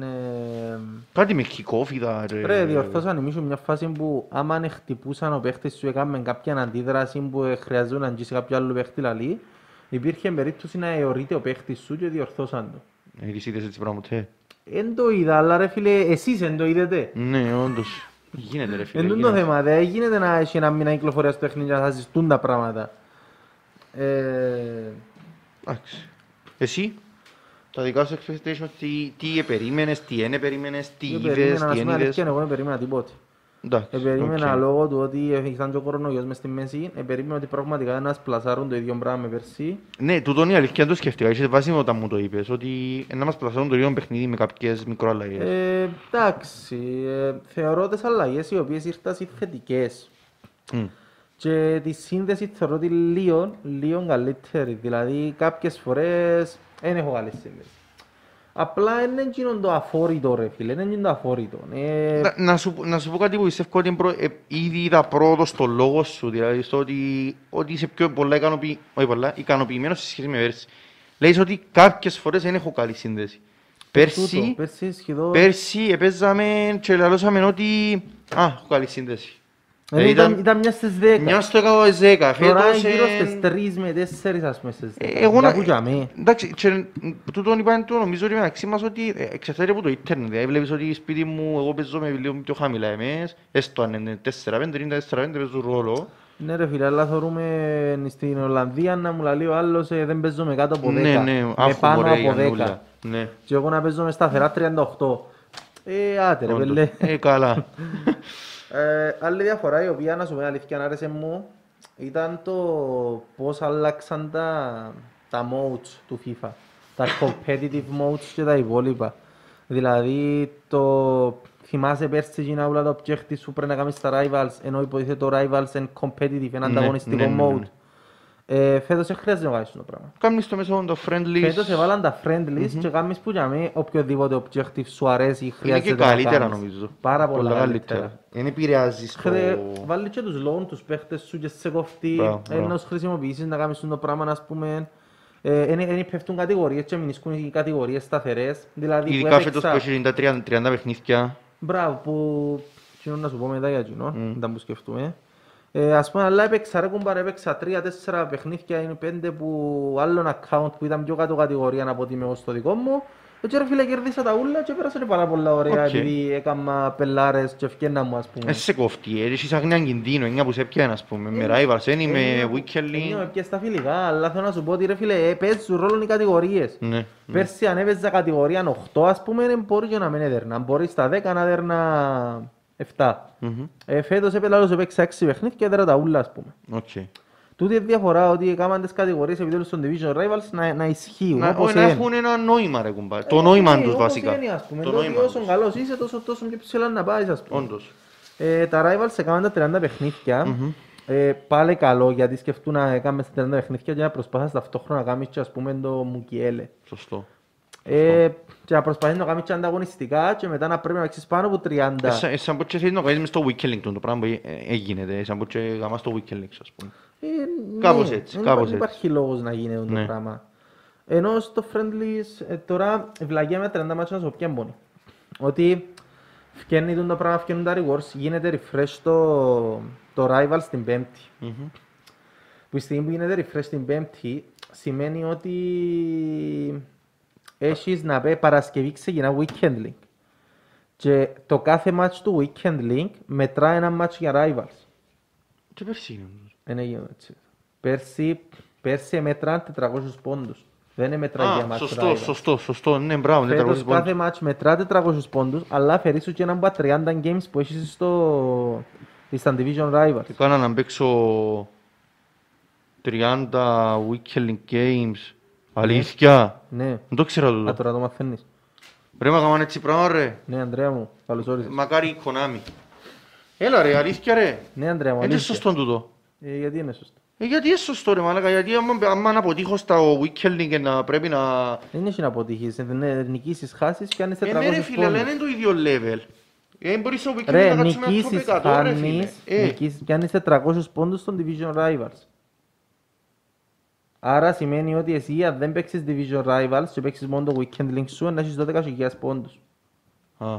B: ε,
A: Κάτι με κικόφιδα, ρε.
B: Ρε, διορθώσαν εμείς μια φάση που άμα αν χτυπούσαν ο παίχτης σου έκαμε κάποια αντίδραση που ε, χρειαζόταν να αγγίσεις κάποιο άλλο παίχτη λαλή, υπήρχε περίπτωση να αιωρείται ο παίχτης σου και διορθώσαν το.
A: Έχεις ε, είδες έτσι πράγμα ποτέ.
B: Εν το είδα, αλλά ρε φίλε, εσείς εν το είδατε.
A: Ναι, όντως. Γίνεται ρε φίλε.
B: Εν τούτο το
A: γίνεται.
B: θέμα, δεν γίνεται να έχει ένα μήνα κυκλοφορίας στο παιχνίδι και να σας ζητούν τα πράγματα. Ε,
A: Εντάξει. Εσύ, τα δικά σου expectations, τι, τι επερίμενες, τι δεν επερίμενες, τι
B: δεν
A: είδες,
B: περίμενα,
A: τι
B: ας
A: δεν
B: πούμε,
A: είδες.
B: αλήθεια, ναι. εγώ δεν περίμενα τίποτε.
A: Εντάξει,
B: Ε, περίμενα
A: οκ.
B: λόγω του ότι ήταν και ο κορονοϊός μες στη μέση, ε, περίμενα ότι πραγματικά να σπλασάρουν το ίδιο πράγμα με περσί.
A: Ναι, τούτον η αλήθεια το σκέφτηκα. Είσαι βάσιμο όταν μου το είπες, ότι να μας πλασάρουν το ίδιο παιχνίδι με κάποιες μικροαλλαγές.
B: Ε, εντάξει, ε, θεωρώ τις αλλαγές οι οποίες ήρθαν οι θετικές. Ε,
A: Μμ.
B: Και τη σύνδεση θεωρώ ότι λίγο, λίγο καλύτερη. Δηλαδή κάποιες φορές δεν έχω καλή σύνδεση. Απλά είναι εκείνο το αφόρητο ρε φίλε, είναι εκείνο το αφόρητο. Ε,
A: Να- να, σου, να σου πω κάτι που πιστεύω ότι είναι προ- ε, ήδη είδα πρόοδο στο λόγο σου, δηλαδή στο ότι, ότι είσαι πιο πολλά, ικανοποιη, όχι πολλά ικανοποιημένος σε σχέση με πέρσι. Λέει ότι κάποιες φορές δεν έχω καλή σύνδεση.
B: τούτο,
A: Πέρσι,
B: πέρσι σχεδόν...
A: πέρσι επέζαμε και λαλώσαμε ότι α, έχω καλή σύνδεση.
B: Ε,
A: Ε,
B: ήταν,
A: ήταν-
B: ήταν μιας στις 10.
A: Μιας στο 110,
B: Τώρα
A: φέτος...
B: είναι γύρω
A: εν-
B: στις 3 με 4 ας πούμε στις 10.
A: Ε, Εγώ να...
B: Κάπου για μέ.
A: Εντάξει, και τούτον είπαν το νομίζω ότι μεταξύ μας ότι ε, εξαρτάται από το ίντερνετ. Δηλαδή βλέπεις ότι σπίτι μου εγώ παίζω με λίγο πιο χαμηλά εμείς, έστω αν είναι 4-5, είναι 4-5 παίζουν ρόλο.
B: Ναι ρε φίλε, αλλά θεωρούμε στην Ολλανδία να μου λέει ο άλλος ε, δεν παίζω με κάτω από 10.
A: Ναι, ναι,
B: με
A: άχου
B: πάνω
A: μωρέ η
B: από 10.
A: Ανούλα. Ναι,
B: Και εγώ να παίζω με σταθερά 38. Ε, άτε ρε
A: όντως.
B: πέλε.
A: Ε, καλά.
B: Ε, άλλη διαφορά η οποία να σου πει αλήθεια να άρεσε μου ήταν το πώς αλλάξαν τα, τα modes του FIFA. τα competitive modes και τα υπόλοιπα. Δηλαδή, το... θυμάσαι πέρσι γίνα όλα τα objective σου πρέπει να κάνεις τα rivals, ενώ υποτίθεται το rivals and competitive, ένα
A: Ναι,
B: ανταγωνιστικό
A: ναι, ναι, ναι.
B: mode. Ε, φέτος δεν χρειάζεται να κάνεις το πράγμα.
A: Κάνεις το μέσο το friendly.
B: Φέτος έβαλαν τα friendlies και κάνεις που για μένα οποιοδήποτε objective σου αρέσει ή
A: Είναι
B: χρειάζεται
A: και
B: να
A: καλύτερα
B: κάνεις.
A: νομίζω.
B: Πάρα πολλά, καλύτερα.
A: Δεν επηρεάζεις το...
B: Χρε, βάλει και τους loan τους παίχτες σου και σε κοφτεί,
A: Μπράβο, μπράβο.
B: ενώ σου χρησιμοποιήσεις να κάνεις το πράγμα, ας πούμε, ε, δεν πέφτουν κατηγορίες και μην ισκούν οι κατηγορίες σταθερές. Δηλαδή, που
A: Ειδικά φέτος που
B: έπαιξα,
A: έχει 30 παιχνίδια.
B: μπράβο, που, κοινό να σου πω μετά για κοινό, να που σκεφτούμε. Ε, ας πούμε, αλλά έπαιξα, ρε κουμπάρε, έπαιξα τρία, τέσσερα παιχνίδια, είναι πέντε που άλλον account που ήταν πιο κάτω κατηγορία από ότι είμαι εγώ στο δικό μου. Έτσι ρε φίλε κερδίσα τα ούλα και πέρασε ρε πάρα πολλά ωραία
A: Οκ.
B: επειδή έκανα πελάρες και ευκένα μου ας πούμε.
A: Δεν σε κοφτεί, έχεις αγνία κινδύνο, είναι που σε πιάνε, ας πούμε,
B: Ε,
A: με rivals, είναι με
B: Είμαι
A: weekly.
B: πια στα φιλικά, αλλά θέλω να σου πω ότι ρε φίλε, ε, παίζουν ρόλο οι κατηγορίες.
A: Ναι.
B: Πέρσι αν έπαιζα κατηγορία 8 ας πούμε, ε, μπορεί και να μην έδερνα. Μπορείς στα 10 να έδερνα 7.
A: Μμμ.
B: Ε, φέτος έπαιζα άλλος έπαιξα 6 παιχνίδια και έδερα τα ούλα ας πούμε.
A: Οκ.
B: Τούτη η διαφορά ότι έκαναν τις κατηγορίες επιτέλους των Division Rivals να, να ισχύουν
A: Να
B: όπως
A: όχι, να
B: είναι.
A: έχουν ένα νόημα ρε κουμπάρε,
B: Ε,
A: το νόημα
B: ναι,
A: τους
B: όπως
A: βασικά.
B: είναι, ας πούμε.
A: Το
B: Δηλαδή,
A: νόημα
B: Όσο
A: τους.
B: καλός είσαι τόσο, τόσο πιο ψηλά να πάεις ας πούμε.
A: Όντως.
B: Ε, τα Rivals έκαναν τα 30 παιχνιδια Ε, πάλι καλό γιατί σκεφτούν να έκαμε τα 30 παιχνίδια και να προσπαθάς ταυτόχρονα να κάνεις και ας πούμε το Μουκιέλε.
A: Σωστό.
B: Ε, και να προσπαθείς να κάνεις και ανταγωνιστικά και μετά να πρέπει να παίξεις πάνω από 30.
A: Ε, σαν- ε, Σαν πως και θέλεις να κάνεις μες στο weekly το πράγμα που ε, ε, έγινε, ε, σαν πως και γαμάς το weekly, ας πούμε.
B: Ε, ναι,
A: Κάπως έτσι,
B: δεν
A: κάπως
B: υπά- Δεν υπάρχει λόγος να γίνει αυτό το
A: Ναι.
B: πράγμα. Ενώ στο friendlies ε, τώρα βλαγιά με 30 μάτια να σου πω ποια μπορεί. Ότι φτιάχνει το πράγμα, φτιάχνουν τα rewards, γίνεται refresh το, το rival στην πέμπτη.
A: Μμμ.
B: Που η στιγμή που γίνεται refresh την πέμπτη σημαίνει ότι έχεις να πει Παρασκευή ξεκινά weekend link. Και το κάθε match του weekend link μετρά ένα match για rivals.
A: Και πέρσι είναι όμως.
B: Δεν έγινε έτσι. Πέρσι, πέρσι έμετραν 400 πόντους. Δεν έμετραν για
A: Α,
B: match
A: σωστό,
B: driver.
A: σωστό, σωστό, ναι, μπράβο, ναι,
B: Φέτος
A: τραγούδι πόντους.
B: κάθε match μετρά 400 πόντους, αλλά φέρεις σου και έναν από τα 30 games που έχεις στο... στα Division Rivals.
A: Κάνα να παίξω 30 weekly games. Αλήθεια.
B: Ναι,
A: Δεν το ξέρω
B: α,
A: τούτο.
B: τώρα το μαθαίνεις.
A: Ρε μα γαμάνε έτσι πράγμα ρε.
B: Ναι, Ανδρέα μου, καλώς όρισες.
A: Μακάρι η Konami. Έλα ρε, αλήθεια ρε.
B: Ναι, Ανδρέα μου,
A: Είναι
B: αλήθεια.
A: σωστό τούτο.
B: Ε, γιατί είναι σωστό.
A: Ε, γιατί είναι σωστό ρε μάλακα, γιατί άμα, άμα να αποτύχω στα weekend και να πρέπει να...
B: Δεν έχει να αποτύχεις, ε, ναι, νικήσεις, χάσεις και αν 400
A: Ε, ναι ρε φίλε, αλλά
B: πόντους.
A: δεν είναι το ίδιο level. Ε, δεν μπορείς στο weekend
B: Ρε,
A: να κάτσουμε ένα top
B: νικήσεις,
A: 100 ρε φίλε.
B: χάνεις,
A: Ε,
B: νικήσεις, πιάνεις 400 πόντους στον Division Rivals. Άρα σημαίνει ότι εσύ αν δεν παίξεις Division Rivals και παίξεις μόνο το Weekend Link σου, να έχεις 12.000 πόντους.
A: α,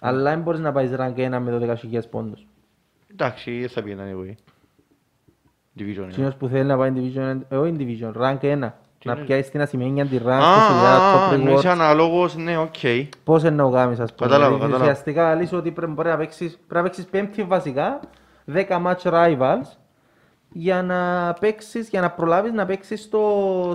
B: Αλλά δεν μπορείς να πάεις rank 1 με 12.000 πόντους.
A: Ναι.
B: εντάξει,
A: εντάξει, δεν θα πήγαιναν εγώ. ε. Division. ε.
B: Εκείνος που θέλει να πάει Division, ε, όχι Division, rank 1.
A: Τι
B: Να
A: είναι?
B: πιάσεις την ασημένια τη rank,
A: Α,
B: το
A: α, α,
B: φιλιά, το
A: εννοείς
B: reward.
A: αναλόγως, ναι, οκ.
B: Πώς είναι να το κάνεις, ας πούμε.
A: Κατάλαβα,
B: Δηλαδή,
A: κατάλαβα.
B: Ουσιαστικά λύσεις ότι πρέπει μπορεί να παίξεις, πρέπει να παίξεις πέμπτη βασικά, 10 match rivals, για να παίξεις, για να προλάβεις να παίξεις το,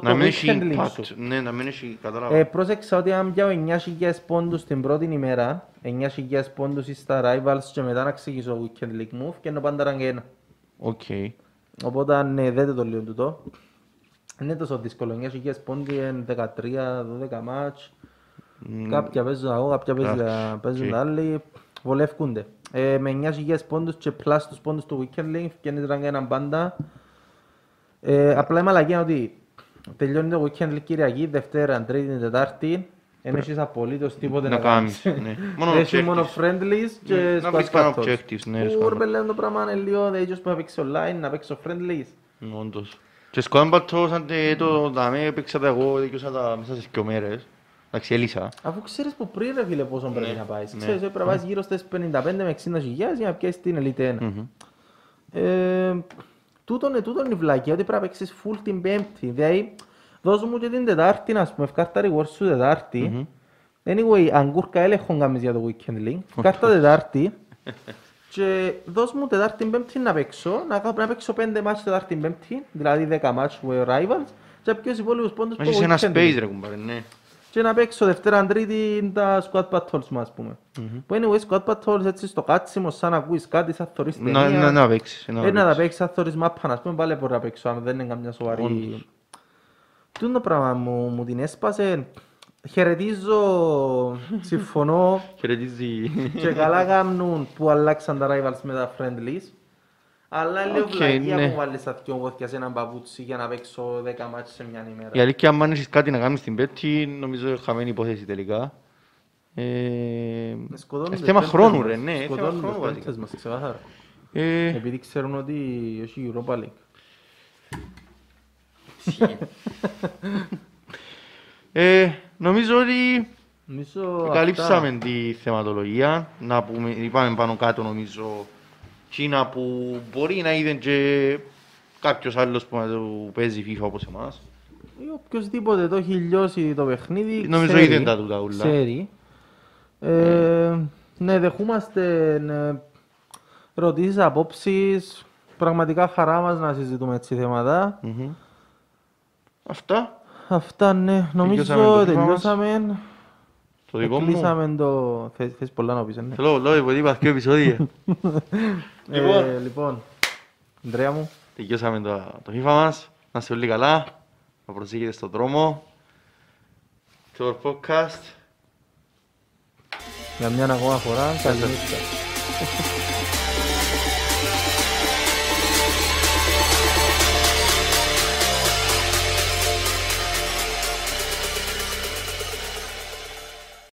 A: Να
B: το
A: μην έχει
B: weekend link
A: impact.
B: σου.
A: Ναι, να μην έχει, κατάλαβα.
B: Ε, πρόσεξα ότι αν πιάω 9.000 πόντους την πρώτη ημέρα, 9.000 πόντους ή στα rivals και μετά να ξεκινήσω το weekend league μου, και πάντα rank ένα.
A: Οκ.
B: Οπότε ναι, δεν το λέω τούτο. Δεν είναι τόσο δύσκολο, 9.000 πόντοι, εν 13, 12 match.
A: Μμ,
B: Κάποια παίζουν αγώ, κάποια παίζουν,
A: Εντάξει,
B: παίζουν
A: οκ.
B: τα άλλοι, βολεύκονται. Ε, με 9.000 πόντους και plus τους πόντους του Weekend League, φτιάχνει ραγκ έναν πάντα. Ε, απλά η μαλακή είναι ότι τελειώνει το Weekend League Κυριακή, Δευτέρα, Τρίτη, Τετάρτη. Δεν έχεις απολύτως τίποτε
A: Να
B: να κάνεις.
A: κάνεις, ναι. Μόνο
B: Έχει
A: objectives.
B: μόνο friendlies και
A: Ναι, να
B: squad
A: βρεις κανένα
B: battles.
A: objectives, ναι, ρε,
B: Που
A: squad
B: ρε παιδί, το πράγμα είναι λίγο, δεν ίσως που να παίξω online, να παίξω friendlies.
A: Ναι, Όντως. Και σκόμπα το σαν τε- το δαμέ, έπαιξα τα εγώ, δικαιούσα τα μέσα σε δυο μέρες. Εντάξει, έλυσα.
B: Αφού ξέρεις που πριν ρε φίλε πόσο πρέπει να πάεις.
A: ναι.
B: Ξέρεις πρέπει να πάεις γύρω στις 55 με 60 χιλιάδες για να πιάσεις την Elite 1. Ε, τούτον, είναι- τούτον είναι η βλακία ότι πρέπει να παίξεις full την πέμπτη. Δηλαδή δώσ' μου και την τετάρτη να πούμε, ευκάρτα rewards σου τετάρτη. Anyway, αν κούρκα έλεγχον κάνεις για το weekend link, ευκάρτα τετάρτη. Και δώσ' μου τετάρτη πέμπτη να παίξω, να, κάνω- να παίξω πέντε μάτς τετάρτη πέμπτη, δηλαδή 10 μάτς με rivals, και να πιω τους υπόλοιπους πόντους
A: Να
B: που
A: έχεις
B: έχω
A: ένα
B: weekend league
A: space ρε κουμπάρε, ναι.
B: και να παίξω Δευτέρα, Τρίτη τα squad battles μου, ας πούμε. Που anyway, squad battles έτσι στο κάτσιμο, σαν να ακούεις κάτι, σαν θωρείς
A: Να-
B: ταινία.
A: Να να παίξεις. να
B: Ε, να τα
A: παίξεις.
B: παίξεις σαν θωρείς μάπα, ας πούμε, πάλι μπορώ να παίξω, αν δεν είναι καμιά σοβαρή. Τούτο το πράγμα μου, μου την έσπασε. Χαιρετίζω, συμφωνώ
A: Χαιρετίζει.
B: και καλά κάνουν που αλλάξαν τα rivals με τα friendlies. Αλλά λέω
A: Οκ,
B: βλακία
A: ναι.
B: που βάλεις τα δυο πόθηκια σε έναν παπούτσι για να παίξω 10 μάτς σε μια ημέρα.
A: Η αλήθεια, αν έχεις κάτι να κάνεις στην πέτη, νομίζω χαμένη υπόθεση τελικά. Ε,
B: Ε, σκοτώνουν
A: ε,
B: τις
A: θέμα
B: πέμπτες
A: χρόνου,
B: μας.
A: ρε, ναι, θέμα
B: Σκοτώνουν
A: χρόνου
B: τις
A: βασικά.
B: πέμπτες μας, ξεκάθαρα.
A: ε,
B: Επειδή ξέρουν ότι έχει Europa League.
A: ε, νομίζω ότι
B: Νομίζω
A: Ε, Καλύψαμε τη θεματολογία. Να πούμε, είπαμε πάνω κάτω νομίζω Κίνα που μπορεί να είδε και κάποιος άλλος που να του παίζει FIFA όπως εμάς.
B: αυτά, ή οποιοςδήποτε το έχει λιώσει το παιχνίδι,
A: Νομίζω
B: ξέρει,
A: είδε τα τούτα ούλα.
B: Ξέρει. Ε, ναι, δεχούμαστε ναι, ρωτήσεις, απόψεις. Πραγματικά χαρά μας να συζητούμε έτσι θέματα.
A: Μμμ. Αυτά.
B: Αυτά ναι,
A: το
B: νομίζω
A: θέμα
B: τελειώσαμε.
A: Το δικό μου.
B: Κλείσαμε το... Θες, θες πολλά να πεις, ε, ναι.
A: Θέλω λόγω που είπα δύο επεισόδια. Λοιπόν.
B: Ε, λοιπόν, Ανδρέα μου.
A: Τελειώσαμε το, το FIFA μας. Να είστε όλοι καλά. Να προσέχετε στον δρόμο. Το podcast.
B: Για μια ακόμα φορά, καλή νύχτα.